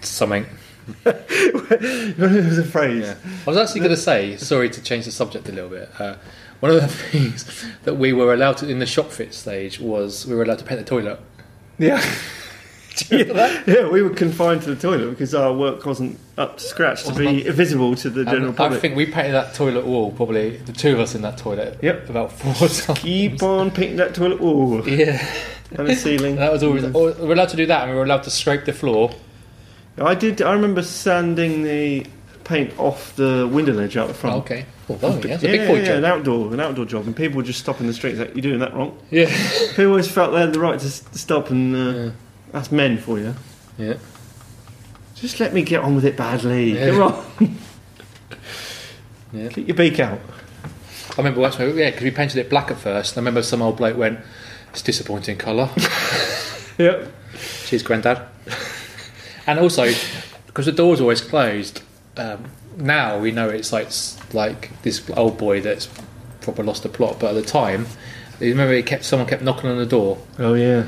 something. it was a phrase. I was actually going to say, sorry to change the subject a little bit. Uh, one of the things that we were allowed to in the shop fit stage was we were allowed to paint the toilet. Yeah. yeah. we were confined to the toilet because our work wasn't up to scratch to be visible to the general And I public. think we painted that toilet wall probably the two of us in that toilet. Yep. about four times. Keep on painting that toilet wall Yeah, and the ceiling. that was always. al- We were allowed to do that, and we were allowed to scrape the floor. I did. I remember sanding the paint off the window ledge out the front. Oh, okay, well, blimey, that's a yeah, big boy yeah, job. an outdoor, an outdoor job, and people would just stop in the street. Like, You're doing that wrong. Yeah, People always felt they had the right to s- stop, and uh, Yeah. that's men for you. yeah. Just let me get on with it badly. Yeah. Come on, Yeah. get your beak out. I remember once, we- yeah, because we painted it black at first. And I remember some old bloke went, "It's disappointing colour." Yep. Cheers, granddad. and also, because the door's always closed, um, now we know it's like s- like this old boy that's proper lost the plot. But at the time, you remember, it kept someone kept knocking on the door Oh yeah.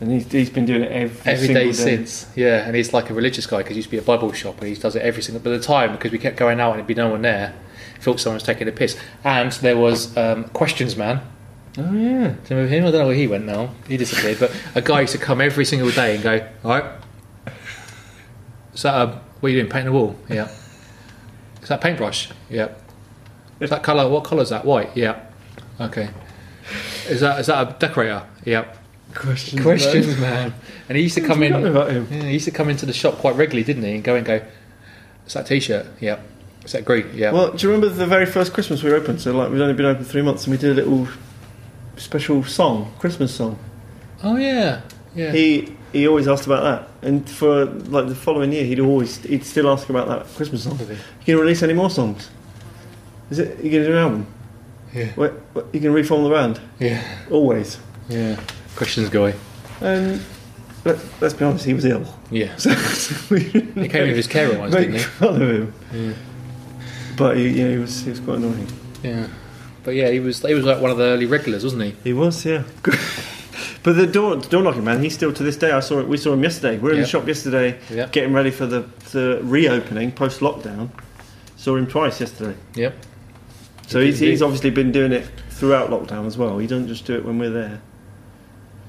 And he's, he's been doing it every, every single day day since. Yeah, and he's like a religious guy because he used to be a Bible shop and he does it every single. But at the time, because we kept going out and there'd be no one there, thought someone was taking a piss. And there was um, questions man. Oh yeah. Do you remember him? I don't know where he went now. He disappeared. But a guy used to come every single day and go, All right. Is that, um, what are you doing? Painting the wall? Yeah. Is that paintbrush? Yeah. Is that colour? What colour is that? White? Yeah. Okay. Is that is that a decorator? Yeah. Questions. Questions, man. And he used to come in. Forgotten about him. Yeah, he used to come into the shop quite regularly, didn't he? And go and go, Is that t shirt? Yeah. Is that green? Yeah. Well, do you remember the very first Christmas we were open? So like we'd only been open three months, and we did a little special song, Christmas song. oh, yeah. Yeah. He he always asked about that, and for like the following year, he'd always he'd still ask about that Christmas song. Did he? You gonna release any more songs? Is it you gonna do an album? Yeah. What, what, you gonna reform the band? yeah. Always. Yeah. Questions guy. And let, let's be honest, he was ill. Yeah. So we didn't He came in with his carer once, make didn't he? fun of him. But he, yeah, he was he was quite annoying. Yeah. But yeah, he was he was like one of the early regulars, wasn't he? He was, yeah. but the door door knocking man, he's still to this day. I saw it. We saw him yesterday. We were in Yep. the shop yesterday, Yep. getting ready for the, the reopening post lockdown. Saw him twice yesterday. Yep. So He he's, did he's indeed. obviously been doing it throughout lockdown as well. He doesn't just do it when we're there.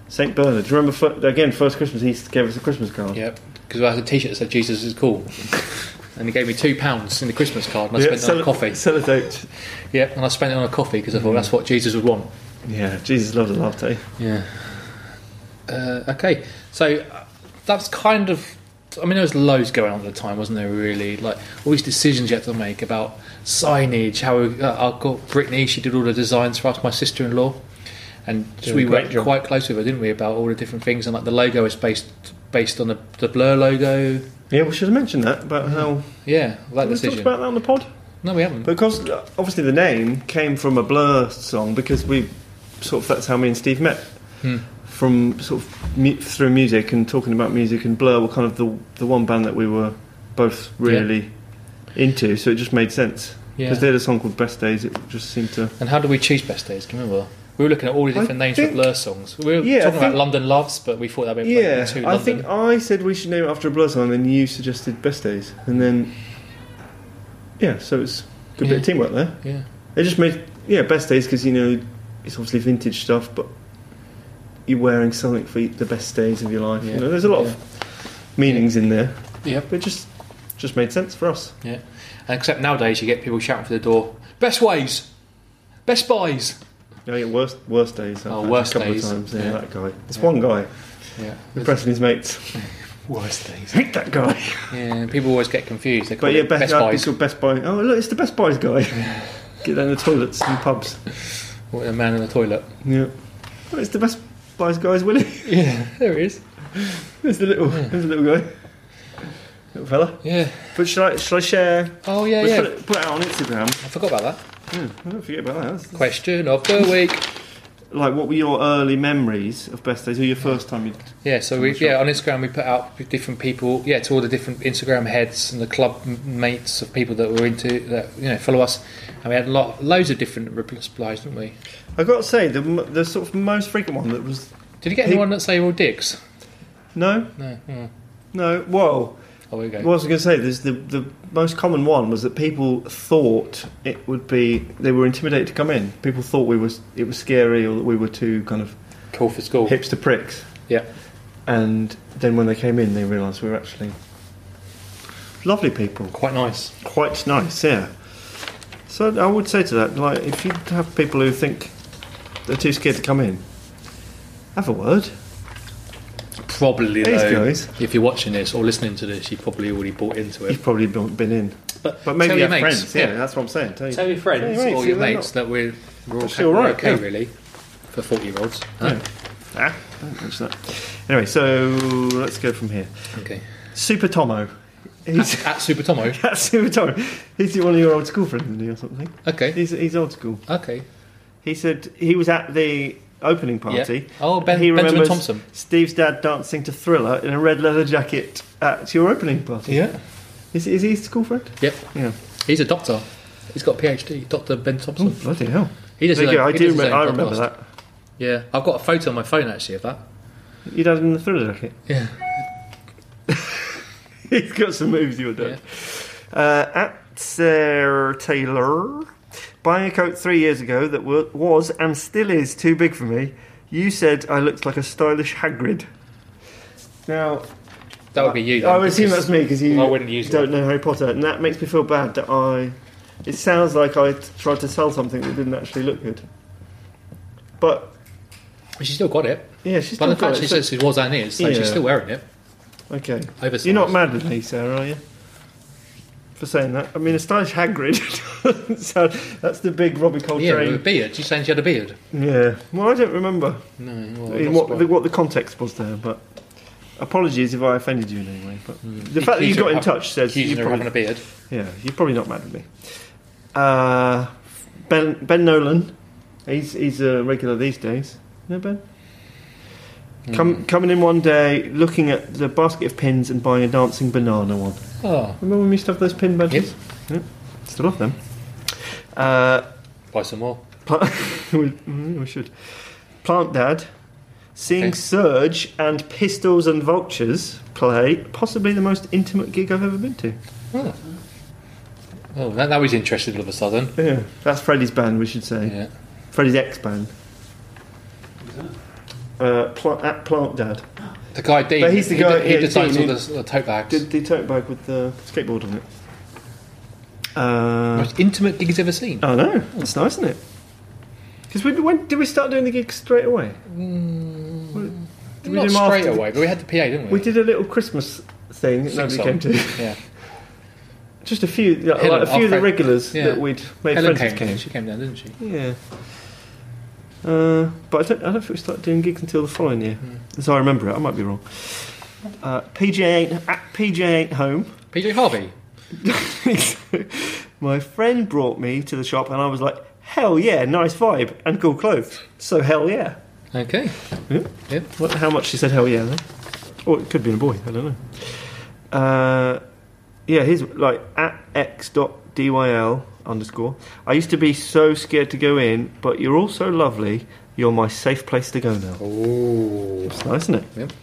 St. Bernard. Do you remember, fir- again, first Christmas, he gave us a Christmas card. Yep. Because I had a T-shirt that said Jesus is cool, and he gave me two pounds in the Christmas card, and I spent it on a cello- coffee. Sellotaped. Yep. And I spent it on a coffee because I Hmm. thought that's what Jesus would want. Yeah, Jesus loves a latte. Yeah. Uh, okay, so uh, that's kind of. I mean, there was loads going on at the time, wasn't there? Really, like all these decisions you had to make about signage. How we, uh, I got Brittany; she did all the designs for us, my sister-in-law, and Did a we great worked job. quite close with her, didn't we? About all the different things, and like the logo is based based on the, the Blur logo. Yeah, we should have mentioned that about how. Yeah, that Have we talked Mm-hmm. decision. about that on the pod? no, we haven't. Because uh, obviously the name came from a Blur song because we sort of that's how me and Steve met Hmm. from sort of mu- through music and talking about music and Blur were kind of the the one band that we were both really into, so it just made sense because Yeah. they had a song called Best Days. It just seemed to And how do we choose best days? Can you remember? We were looking at all the different I names think- for Blur songs. We were Yeah, I talking about think- London Loves, but we thought that would be Yeah, too I London. think I said we should name it after a blur song, and then you suggested Best Days, and then yeah, so it's a good bit Yeah. of teamwork there. yeah. It just made yeah Best Days because you know it's obviously vintage stuff, but you're wearing something for the best days of your life. Yeah. You know, there's a lot of meanings in there, Yep. but it just just made sense for us. Yeah. And except nowadays you get people shouting for the door, best ways, best buys. Yeah, yeah, worst worst days. I've Oh, had worst a couple days. of times. Yeah, Yeah. that guy. It's Yeah. one guy Yeah. impressing his mates. Worst things. Hate that guy. Yeah. People always get confused. They call But yeah, it best, best, I'd be buys. called Best Buy. Oh, look, it's the Best Buys guy. Get down the toilets and pubs. Or the man in the toilet. Yeah. Oh, it's the Best Buys guy's Willie. Yeah. There it is. There's the little, there's the little guy. Little fella. Yeah. But should I, should I share? Oh yeah, Let's yeah. Put, it, put it out on Instagram. I forgot about that. I don't forget about that. That's- Question of the week. Like, what were your early memories of Best Days? Or your first time you Yeah, so we yeah on Instagram we put out with different people yeah to all the different Instagram heads and the club m- mates of people that were into that you know follow us and we had a lot loads of different replies didn't we? I got to say, the, m- the sort of most frequent one that was. Did you get He- anyone that say all dicks? No, No. Mm. no, whoa. Oh, we go. What I was going to say, there's the, the most common one was that people thought it would be, they were intimidated to come in. People thought we was, it was scary or that we were too kind of Call for school. hipster pricks. Yeah. And then when they came in, they realised we were actually lovely people. Quite nice. Quite nice, yeah. So I would say to that, like, if you have people who think they're too scared to come in, have a word. Probably These though, guys. if you're watching this or listening to this, you probably already bought into it. You've probably not been in. But, But maybe tell you your have mates, friends. Yeah, that's what I'm saying. Tell you. Tell your friends Tell your or mates, your yeah, why mates that we're we're all Actually, all we're right, okay yeah. really for forty year olds. Yeah. Ah, don't mention that. Anyway, so let's go from here. Okay. Super Tomo. He's At Super Tomo. that's Super Tomo. He's one of your old school friends isn't he, or something. Okay. He's, he's old school. Okay. He said he was at the opening party. Yeah. Oh, Ben- he Benjamin remembers Thompson. Steve's dad dancing to Thriller in a red leather jacket at your opening party. Yeah. Is, is he a school friend? Yep. Yeah. He's a doctor. He's got a PhD. Dr. Ben Thompson. Oh, Bloody hell. He does. Hmm. There his you go, own- I he do. does his Remember, own I remember podcast. that. Yeah, I've got a photo on my phone actually of that. Your dad in the Thriller jacket. Yeah. He's got some moves you were doing. Uh, at Sarah Taylor, buying a coat three years ago that wa- was and still is too big for me. You said I looked like a stylish Hagrid. Now, That would be you. Then, I would assume because- Oh, that's me because you I wouldn't use don't it. know Harry Potter, and that makes me feel bad that I. It sounds like I t- tried to sell something that didn't actually look good. But She's still got it. yeah, she's But still the fact got she it. so- says she was and is, so Yeah. she's still wearing it. okay, Oversized. you're not mad with me, Sarah, are you? For saying that, I mean, a stylish Hagrid. so that's the big Robbie Yeah, with a Coltrane. beard. She's saying she had a beard. Yeah. Well, I don't remember No. in what the, what the context was there, but apologies if I offended you in any way. But Mm. the fact that you got in touch says you Accusing her of probably having a beard. Yeah, you're probably not mad at me. Uh, ben Ben Nolan, he's he's a regular these days. No Ben. Hmm. Come, Coming in one day, looking at the basket of pins and buying a dancing banana one. Oh, Remember when we used to have those pin badges? Yeah, Still have them. Uh, buy some more. pla- we, mm, we should. Plant Dad, seeing Okay. Surge and Pistols and Vultures play, possibly the most intimate gig I've ever been to. Oh, that, that was interesting all of a sudden. Yeah, that's Freddie's band, we should say. Yeah. Freddie's ex band. Uh, pl- at Plant Dad. The guy Dean. But he's the he guy- de- He yeah, designs all Dean, the, the tote bags. Did the tote bag with the skateboard on it. Uh, Most intimate gigs ever seen. I know, that's nice, isn't it? Because when, when did we start doing the gigs straight away? Did Mm, not do them straight after the- away, but we had the PA, didn't we? we did a little Christmas thing that nobody came Sing-song. to. Yeah. Just a few, like, Helen, a few of our the friend- regulars yeah. that we'd made Helen friends came, with She came down, didn't she? Yeah. Uh, but I don't, I don't think we started doing gigs until the following year, as I remember it. I might be wrong. Uh, PJ ain't at PJ ain't home. PJ Harvey. My friend brought me to the shop, and I was like, "Hell yeah, nice vibe and cool clothes." So hell yeah. Okay. Yeah. Yeah. What, how much she said hell yeah then? Or it could be a boy. I don't know. Uh, yeah, here's like at x dot dyl underscore. I used to be so scared to go in, but you're all so lovely. You're my safe place to go now. Oh, It's nice, isn't it? Yep.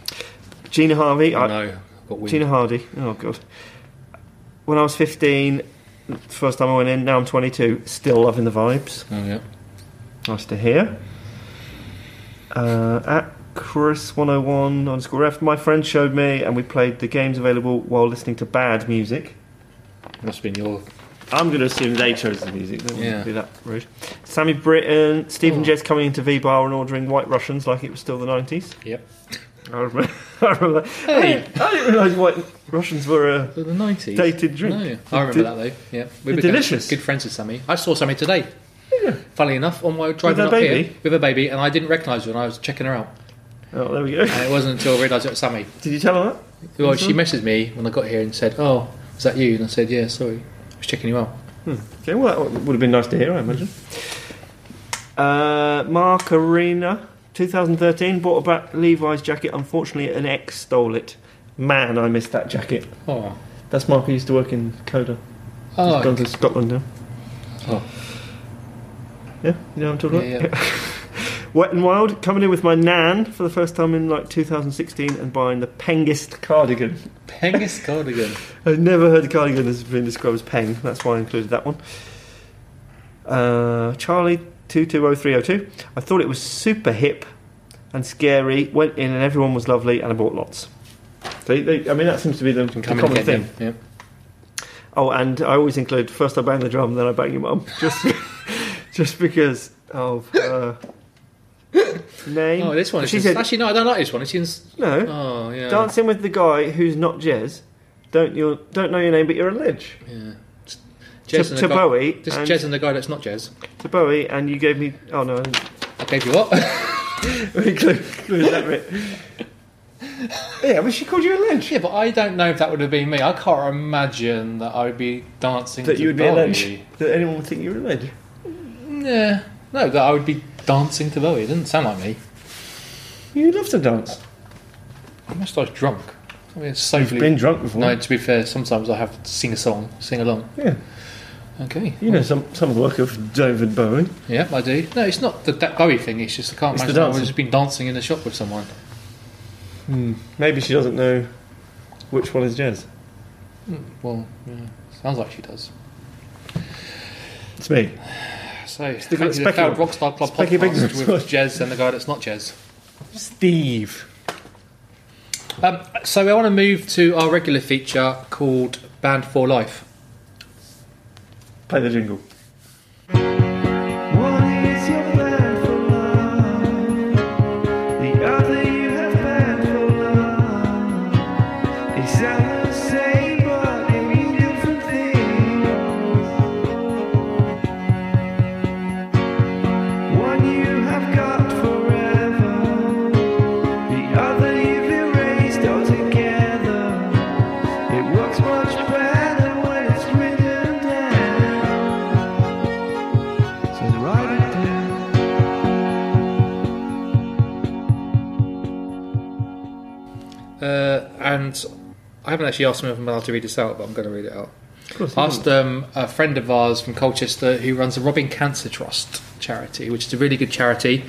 Gina Harvey. I, no. Got wind. Gina Hardy. Oh god. When I was 15, first time I went in. Now I'm 22. Still loving the vibes. Oh, yeah. Nice to hear. Uh, at Chris101 underscore F, my friend showed me, and we played the games available while listening to bad music. Must have been your. I'm going to assume they chose the music. They wouldn't Yeah. be that rude. Sammy Britton, Stephen Oh. Jez coming into V Bar and ordering White Russians like it was still the 90s. Yep. I remember. I, remember I Hey. didn't, I didn't realise White Russians were a The 90s. dated drink. No, I remember that though. Yeah, we They're became delicious. Good friends with Sammy. I saw Sammy today. Funnily enough, on my driving her up baby? here with her baby, and I didn't recognise her, and I was checking her out. Oh, there we go. And it wasn't until I realised it was Sammy. Did you tell her that? Well, she Mm-hmm. messaged me when I got here and said, "Oh, is that you?" And I said, "Yeah, sorry, I was checking you out." Okay, well, that would have been nice to hear, I imagine. Uh, Mark Arena, 2013, bought a back Levi's jacket. Unfortunately, an ex stole it. Man, I missed that jacket. Oh, That's Mark who used to work in Coda. He's gone oh, to Scotland now. Oh. Yeah, you know what I'm talking Yeah, about? Wet and Wild, coming in with my Nan for the first time in like 2016 and buying the Pengist cardigan. Pengis cardigan. I've never heard the cardigan has been described as peng. That's why I included that one. Uh, Charlie two two zero three zero two. I thought it was super hip and scary. Went in and everyone was lovely, and I bought lots. They, they, I mean, that seems to be the, the Come and common get thing. them. Yeah. Oh, and I always include first I bang the drum, then I bang your mum, just just because of her name. Oh, this one. She She said actually no, I don't like this one. It's in. no. Oh yeah. Dancing with the guy who's not Jez. Don't you don't know your name, but you're a ledge. Yeah. To, Jez and to the guy- Bowie, Just and Jez and the guy that's not Jez. to Bowie, and you gave me. Oh no, I didn't I gave you what? include include that bit. yeah, but she called you a lynch. Yeah, but I don't know if that would have been me. I can't imagine that I would be dancing. That to you would be a Bowie. lynch. That anyone would think you were a lynch. Yeah, no, that I would be dancing to Bowie. It didn't sound like me. You love to dance. I must I was drunk. I mean, it's soberly. Been drunk before. no, to be fair, sometimes I have to sing a song, sing along. Yeah, Okay. you know some some of the work of David Bowie. Yeah, I do. No, it's not the that Bowie thing. It's just I can't It's the imagine. I would dancing. have just been dancing in the shop with someone. Maybe she doesn't know which one is Jez. Well, yeah, sounds like she does. It's me. So, the- thank you to the Specky Failed one. Rockstar Club Specky Biggs. podcast with Jez and the guy that's not Jez. Steve. Um, so I want to move to our regular feature called Band for Life. Play the jingle. One is your band for love, the other you have banned for love. They sound the same, but they mean different things. One you have got forever, the other you've erased altogether. It works much better when it's written down. So write it down. Uh, and I haven't actually asked them if i to read this out, but I'm going to read it out. Of course. Asked um, a friend of ours from Colchester who runs the Robin Cancer Trust charity, which is a really good charity,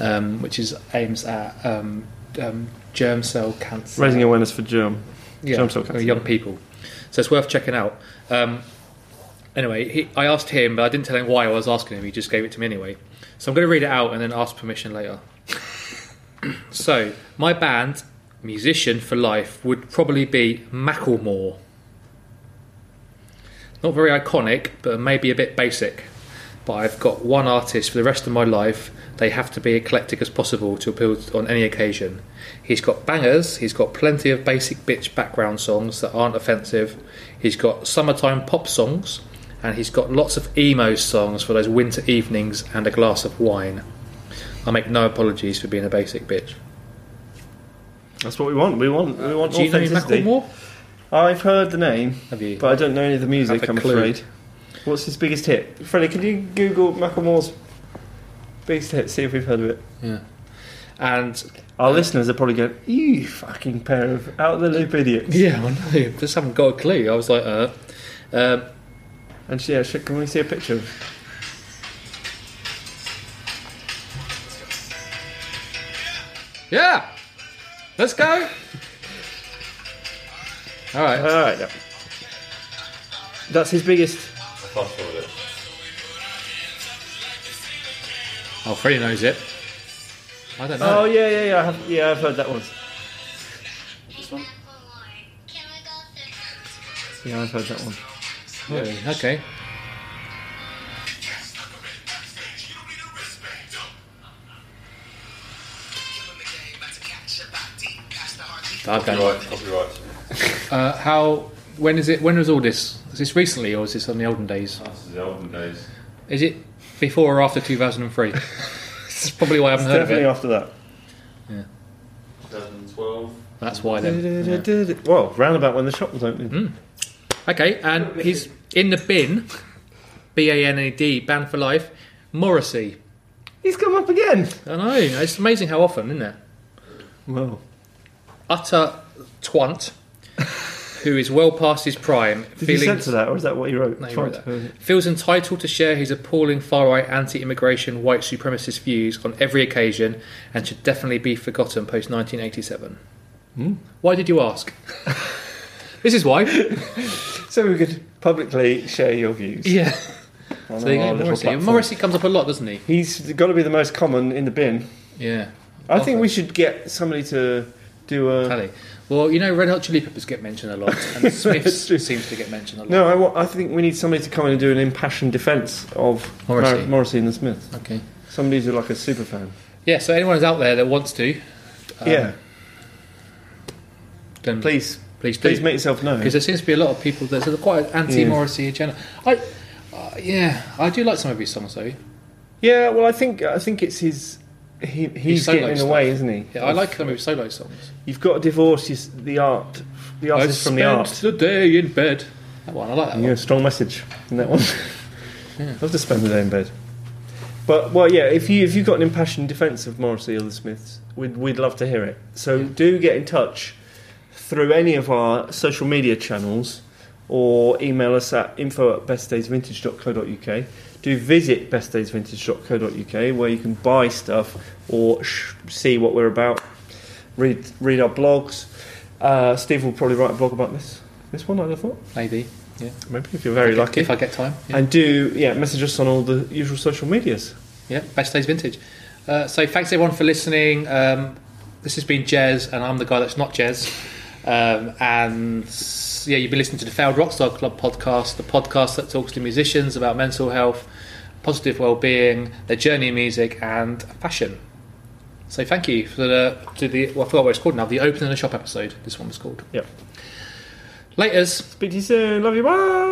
um, which is aims at um, um, germ cell cancer. Raising awareness for germ. yeah, germ cell for cancer. young people. So it's worth checking out. Um, anyway, he, I asked him, but I didn't tell him why I was asking him. He just gave it to me anyway. So I'm going to read it out and then ask permission later. so my band, musician for life, would probably be Macklemore. Not very iconic, but maybe a bit basic. But I've got one artist for the rest of my life. They have to be eclectic as possible to appeal on any occasion. He's got bangers, he's got plenty of basic bitch background songs that aren't offensive, he's got summertime pop songs, and he's got lots of emo songs for those winter evenings and a glass of wine. I make no apologies for being a basic bitch. That's what we want. We want. We want Do you know authenticity. Macklemore? I've heard the name, Have you? but I don't know any of the music. Have a I'm clue. afraid. What's his biggest hit? Freddie, can you Google Macklemore's biggest hit? See if we've heard of it. yeah. And Our listeners are probably going, "You fucking pair of out of the loop idiots." Yeah, I know. Just haven't got a clue. I was like, uh, um, And she, yeah, she, can we see a picture? of- Yeah. Let's go. All right. All right, yeah. That's his biggest. Fast forward it. Oh, Freddie knows it. I don't know. Oh yeah, yeah, yeah. I have, yeah, I've heard that one. This one? Yeah, I've heard that one. Really? Okay. Copyright, copyright. Uh, how? When is it? When was all this? Is this recently, or is this on the olden days? Oh, This is the olden days. Is it before or after 2003? this is probably why I haven't heard of Definitely it. after that. 2012. That's why then. Yeah. Well, roundabout when the shop was opening. Okay, and he's in the bin. B A N A D, banned for life. Morrissey. He's come up again. I know. It's amazing how often, isn't it? Well, Utter twant, who is well past his prime, did you censor that, or is that what he wrote? No, he Tried wrote to- that. Feels entitled to share his appalling far right anti immigration white supremacist views on every occasion and should definitely be forgotten post 1987. Hmm. Why did you ask? this is why. So we could publicly share your views. yeah. on So there you our go, little Morrissey. platform. Morrissey comes up a lot, doesn't he? He's got to be the most common in the bin. Yeah. I think Often. we should get somebody to do a. Tally. Well, you know, Red Hot Chili Peppers get mentioned a lot, and Smiths That's true. seems to get mentioned a lot. No, I, wa- I think we need somebody to come in and do an impassioned defence of Mar- Morrissey. Morrissey. and the Smiths. Okay. Somebody who's like a super fan. Yeah, so anyone who's out there that wants to, Um, yeah, then please, please, please, do. please make yourself known. because there seems to be a lot of people that are quite an anti-Morrissey agenda. I, uh, yeah, I do like some of his songs though. Yeah, well, I think I think it's his. He, he's solo getting in the stuff. way, isn't he? Yeah, I like some of his solo songs. You've got to divorce his, the art, the I artist from the art. the day in bed. That one, I like that Yeah, one. strong message in that one. Love to spend the day in bed. But well, yeah. If you if you've got an impassioned defence of Morrissey or the Smiths, we'd we'd love to hear it. So do get in touch through any of our social media channels or email us at info at bestdaysvintage.co.uk. Do visit bestdaysvintage.co.uk where you can buy stuff or sh- see what we're about. Read read our blogs. Uh, Steve will probably write a blog about this this one. I thought Maybe maybe if you're very lucky. if I get time. Yeah, And do yeah, message us on all the usual social medias. yeah best days vintage. Uh, so thanks everyone for listening. Um, this has been Jez, and I'm the guy that's not Jez. Um, and s- yeah, you've been listening to the Failed Rockstar Club podcast, the podcast that talks to musicians about mental health, positive well-being, their journey in music, and fashion. So thank you for the to the well, I forgot what it's called now. The opening the shop episode. This one was called. Yep. Laters. Speak to you soon. Love you. Bye.